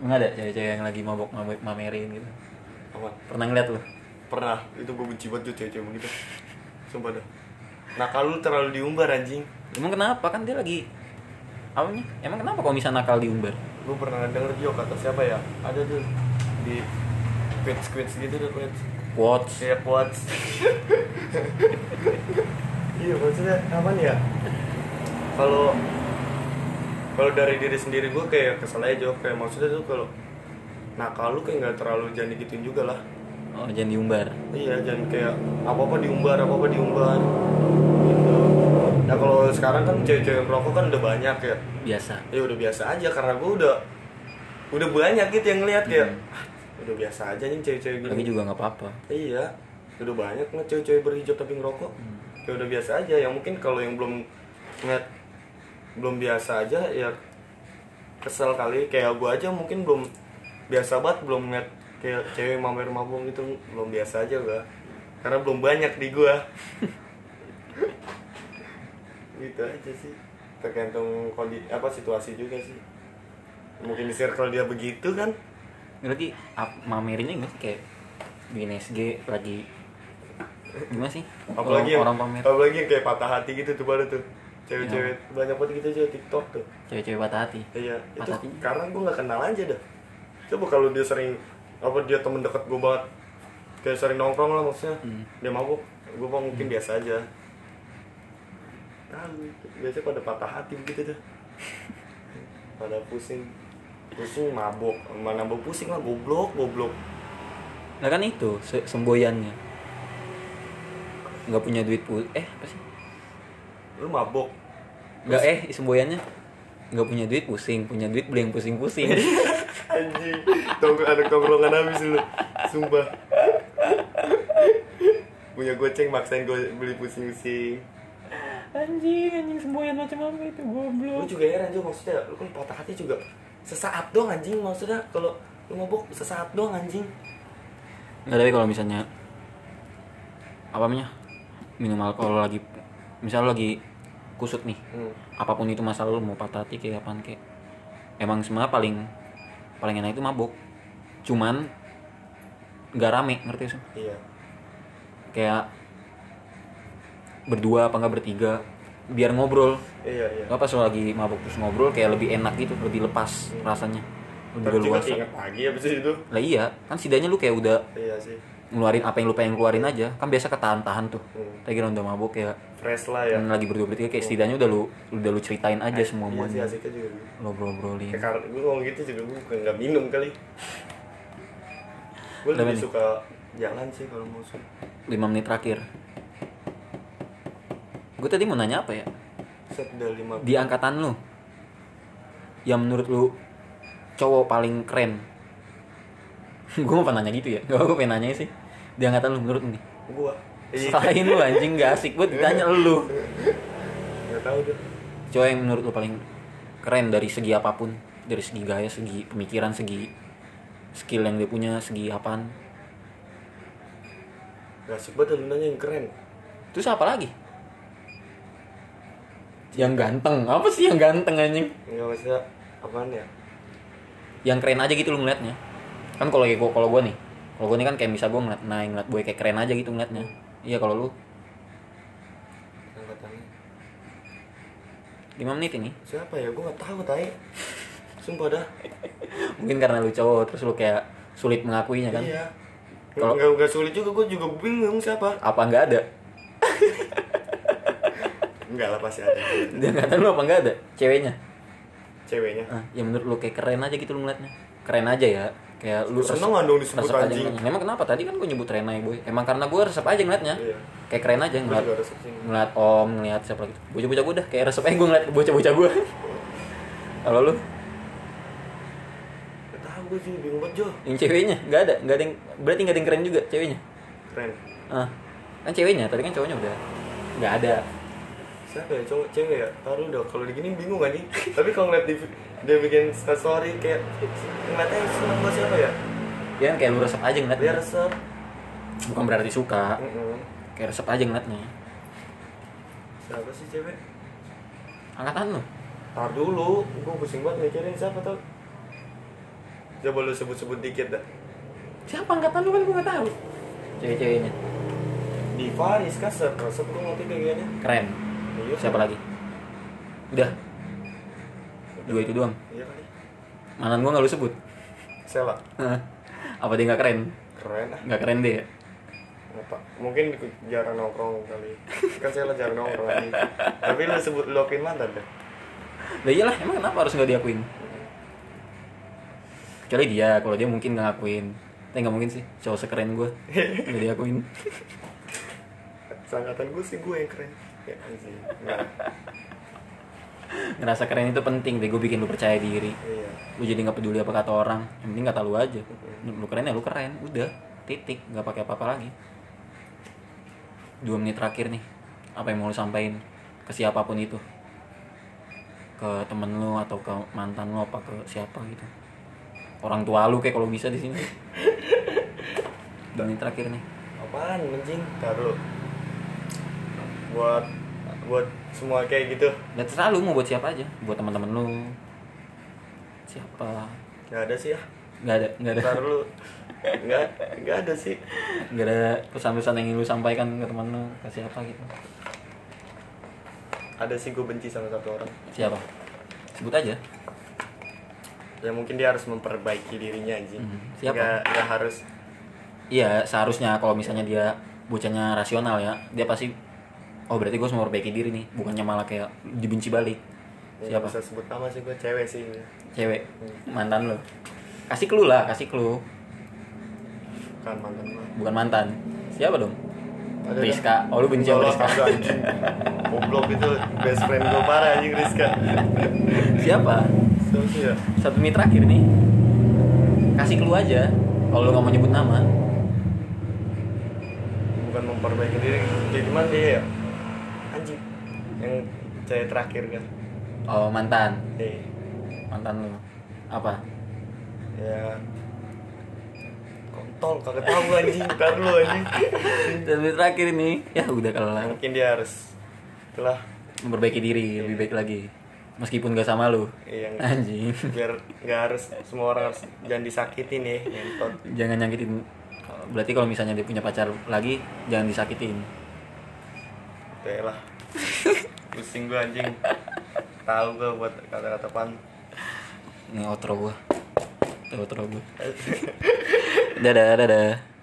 Speaker 1: nggak ada cewek-cewek yang lagi mabok mabok mamerin gitu
Speaker 2: Apa?
Speaker 1: pernah ngeliat lu
Speaker 2: Pernah itu gue benci banget tuh cewek-cewek begitu. Sumpah dah. Nah, kalau lu terlalu diumbar anjing.
Speaker 1: emang kenapa kan dia lagi apanya emang kenapa kalau misalnya nakal diumbar
Speaker 2: Gue pernah denger dia kata siapa ya? Ada tuh di quits quits gitu tuh quits.
Speaker 1: what
Speaker 2: Kayak quotes. iya maksudnya kapan ya? Kalau kalau dari diri sendiri gue kayak kesel aja Jo. kayak maksudnya tuh kalau nah kalau kayak nggak terlalu jangan digituin juga lah
Speaker 1: oh jangan diumbar
Speaker 2: iya jangan kayak apa apa diumbar apa apa diumbar gitu nah kalau sekarang kan cewek-cewek yang merokok kan udah banyak ya
Speaker 1: biasa
Speaker 2: ya udah biasa aja karena gue udah udah banyak gitu yang lihat kayak
Speaker 1: Hmm.
Speaker 2: "Ah, udah biasa aja nih cewek-cewek gini
Speaker 1: lagi juga nggak apa-apa
Speaker 2: Iya, udah banyak mah cewek-cewek berhijab tapi ngerokok. Ya udah biasa aja. Yang mungkin kalau yang belum ngeliat belum biasa aja ya kesel kali kayak gua aja mungkin belum biasa banget belum ngeliat kayak cewek mamer mabung gitu belum biasa aja gua karena belum banyak di gua gitu aja sih tergantung kondisi apa situasi juga sih mungkin di circle dia begitu kan
Speaker 1: berarti ap- mamerinnya gimana sih kayak bikin SG lagi gimana sih
Speaker 2: apalagi yang,
Speaker 1: orang pamer
Speaker 2: apalagi yang kayak patah hati gitu tuh pada tuh cewek-cewek banyak banget gitu aja tiktok tuh
Speaker 1: cewek-cewek patah hati
Speaker 2: iya itu
Speaker 1: Patah hatinya.
Speaker 2: karena gue nggak kenal aja dah coba kalau dia sering apa dia temen deket gue banget kayak sering nongkrong lah maksudnya
Speaker 1: Hmm.
Speaker 2: dia mabuk gue mau mungkin biasa aja tahu itu. biasanya pada patah hati begitu tuh pada pusing pusing mabuk mana mabuk pusing lah goblok goblok
Speaker 1: nah kan itu se- semboyannya nggak punya duit pul eh apa sih
Speaker 2: lu mabuk
Speaker 1: nggak eh semboyannya nggak punya duit pusing punya duit beli yang pusing-pusing
Speaker 2: Anjing, tong anak tongkrongan habis lu. Sumpah. Punya goceng maksain gue beli pusing-pusing.
Speaker 1: anjing anjing semboyan macam apa itu
Speaker 2: Lu
Speaker 1: goblok
Speaker 2: juga heran juga maksudnya, lu kan patah hati juga. Sesaat doang anjing maksudnya kalau lu mabuk sesaat doang anjing.
Speaker 1: nggak tapi kalau misalnya apa namanya minum alkohol lagi misal lu lagi kusut nih
Speaker 2: Hmm.
Speaker 1: apapun itu masalah lu mau patah hati kayak apaan kayak emang sebenarnya paling paling enak itu mabuk cuman nggak rame ngerti sih
Speaker 2: Iya.
Speaker 1: kayak berdua apa nggak bertiga biar ngobrol
Speaker 2: Iya, iya.
Speaker 1: nggak pas lu lagi mabuk terus ngobrol kayak lebih enak gitu lebih lepas rasanya
Speaker 2: Ntar
Speaker 1: lebih
Speaker 2: juga
Speaker 1: luas
Speaker 2: inget lagi abis itu.
Speaker 1: lah iya kan setidaknya lu kayak udah
Speaker 2: Iya sih.
Speaker 1: ngeluarin apa yang lu pengen keluarin aja kan biasa ketahan-tahan tuh
Speaker 2: Hmm.
Speaker 1: lagi ronda mabuk ya
Speaker 2: fresh lah ya
Speaker 1: Hmm, lagi berdua bertiga kayak setidaknya udah lu udah lu ceritain aja semua
Speaker 2: iya sih
Speaker 1: semuanya
Speaker 2: asiknya juga gitu.
Speaker 1: lo bro brolin
Speaker 2: kayak karena gue ngomong gitu juga gue bukan nggak minum kali gue
Speaker 1: Udah
Speaker 2: lebih
Speaker 1: nih.
Speaker 2: suka jalan sih kalau musuh
Speaker 1: lima menit terakhir gue tadi mau nanya apa ya
Speaker 2: set udah lima
Speaker 1: di angkatan lu yang menurut lu cowok paling keren gue mau nanya gitu ya gak gue pengen nanya sih di angkatan lu menurut lu nih
Speaker 2: gua Iya,
Speaker 1: selain lu anjing gak asik buat ditanya lu
Speaker 2: nggak tahu deh
Speaker 1: cowok yang menurut lu paling keren dari segi apapun dari segi gaya segi pemikiran segi skill yang dia punya segi apaan
Speaker 2: nggak asik banget lu nanya yang keren
Speaker 1: terus apa lagi yang ganteng apa sih yang ganteng anjing
Speaker 2: nggak maksudnya apaan ya
Speaker 1: yang keren aja gitu lu ngeliatnya kan kalau gue kalau gue nih kalau gue nih kan kayak bisa gue ngeliat nah ngeliat boy kayak keren aja gitu ngeliatnya iya kalau lu
Speaker 2: angkatannya
Speaker 1: 5 menit ini
Speaker 2: siapa ya gua nggak tahu tai sumpah dah
Speaker 1: mungkin karena lu cowok terus lu kayak sulit mengakuinya kan
Speaker 2: iya
Speaker 1: Kalau-
Speaker 2: nggak nggak sulit juga gua juga bingung siapa
Speaker 1: apa nggak ada
Speaker 2: enggak lah pasti ada
Speaker 1: dia ngata lu apa nggak ada ceweknya
Speaker 2: ceweknya
Speaker 1: ah ya menurut lu kayak keren aja gitu lu ngeliatnya keren aja ya kayak lu
Speaker 2: Seneng
Speaker 1: resep-
Speaker 2: kan dong disebut
Speaker 1: resep aja
Speaker 2: anjing.
Speaker 1: ngeliatnya. emang kenapa tadi kan gue nyebut Rena ya boy emang karena gue resep aja ngeliatnya
Speaker 2: Iya.
Speaker 1: kayak keren aja
Speaker 2: gua
Speaker 1: ngeliat
Speaker 2: juga resep sih
Speaker 1: ngeliat om ngeliat siapa lagi bocah-bocah gue dah kayak resep aja gue ngeliat bocah-bocah gue kalau lu
Speaker 2: nggak tahu gua sih bingung banget jo
Speaker 1: yang ceweknya nggak ada nggak ada yang berarti nggak ada yang keren juga ceweknya
Speaker 2: keren
Speaker 1: ah kan ceweknya tadi kan cowoknya udah nggak ada
Speaker 2: siapa ya cowok cewek ya taruh udah kalau digini bingung kan nih tapi kalau ngeliat di, dia bikin story kayak ngeliatnya seneng gua siapa ya
Speaker 1: ya kan kayak lu resep aja
Speaker 2: dia
Speaker 1: ngeliatnya
Speaker 2: resep
Speaker 1: bukan berarti suka
Speaker 2: Mm-mm.
Speaker 1: kayak resep aja ngeliatnya
Speaker 2: siapa sih cewek
Speaker 1: angkatan lu
Speaker 2: Tar dulu, gue pusing banget mikirin siapa tau Coba lu sebut-sebut dikit dah
Speaker 1: siapa angkatan lu kan gue nggak tahu cewek-ceweknya
Speaker 2: Di Paris kan serasa gue ngopi kayaknya
Speaker 1: keren
Speaker 2: Iya
Speaker 1: siapa lagi udah dua itu doang
Speaker 2: Iya kali
Speaker 1: manan gua nggak lu sebut
Speaker 2: Siapa?
Speaker 1: Hah. apa dia nggak keren
Speaker 2: Keren ah
Speaker 1: nggak keren deh ya
Speaker 2: Apa? Mungkin di- jarang nongkrong kali Kan Sela jarang nongkrong lagi Tapi lu sebut lu akuin mantan dah
Speaker 1: lah iyalah emang kenapa harus nggak diakuin kecuali dia kalau dia mungkin nggak ngakuin tapi nggak mungkin sih cowok sekeren gue nggak diakuin
Speaker 2: Sangkatan gue sih gue yang keren Ya anjing Nah,
Speaker 1: ngerasa keren itu penting deh gue bikin lu percaya diri
Speaker 2: iya
Speaker 1: lu jadi nggak peduli apa kata orang yang penting kata lu aja lu keren ya lu keren udah titik nggak pakai apa-apa lagi dua menit terakhir nih apa yang mau lu sampaikan ke siapapun itu ke temen lu atau ke mantan lu apa ke siapa gitu orang tua lu kayak kalau bisa di sini dua menit terakhir nih
Speaker 2: Apaan anjing? Taruh Buat Buat semua kayak gitu
Speaker 1: dan Ya, terserah lu mau buat siapa aja buat teman-teman lu siapa
Speaker 2: Gak ada sih ya
Speaker 1: nggak ada nggak ada
Speaker 2: Ntar lu nggak nggak ada sih
Speaker 1: nggak ada pesan-pesan yang ingin lu sampaikan ke teman lu ke siapa gitu
Speaker 2: ada sih gue benci sama satu orang
Speaker 1: siapa sebut aja
Speaker 2: ya mungkin dia harus memperbaiki dirinya anjing
Speaker 1: Hmm, siapa?
Speaker 2: nggak nggak harus ya
Speaker 1: iya seharusnya kalau misalnya dia bocahnya rasional ya dia pasti oh berarti gue harus memperbaiki diri nih bukannya malah kayak dibenci balik
Speaker 2: ya,
Speaker 1: siapa
Speaker 2: bisa sebut nama sih gue cewek sih
Speaker 1: cewek mantan lo kasih clue lah kasih clue
Speaker 2: kan mantan gue
Speaker 1: bukan mantan siapa dong Rizka oh lu benci sama Rizka
Speaker 2: anjing goblok itu best friend gue parah anjing Rizka
Speaker 1: siapa
Speaker 2: Siapa sih ya
Speaker 1: satu menit terakhir nih kasih clue aja kalau lu nggak mau nyebut nama
Speaker 2: bukan memperbaiki diri kayak gimana dia ya anjing yang cewek terakhir kan
Speaker 1: oh mantan
Speaker 2: eh
Speaker 1: mantan lu apa
Speaker 2: ya kontol kagak tahu gua, anjing ntar lu anjing
Speaker 1: satu menit terakhir nih ya udah
Speaker 2: Ya,
Speaker 1: kelar
Speaker 2: mungkin dia harus itulah
Speaker 1: memperbaiki diri lebih baik lagi meskipun gak sama lu
Speaker 2: iya, yang
Speaker 1: anjing
Speaker 2: biar nggak harus semua orang harus jangan disakitin ya ngentot
Speaker 1: jangan nyakitin berarti kalau misalnya dia punya pacar lagi jangan disakitin
Speaker 2: Teh gitu ya lah pusing gua anjing tahu gua buat kata-kata pan
Speaker 1: ini outro gua Itu outro gua dadah dadah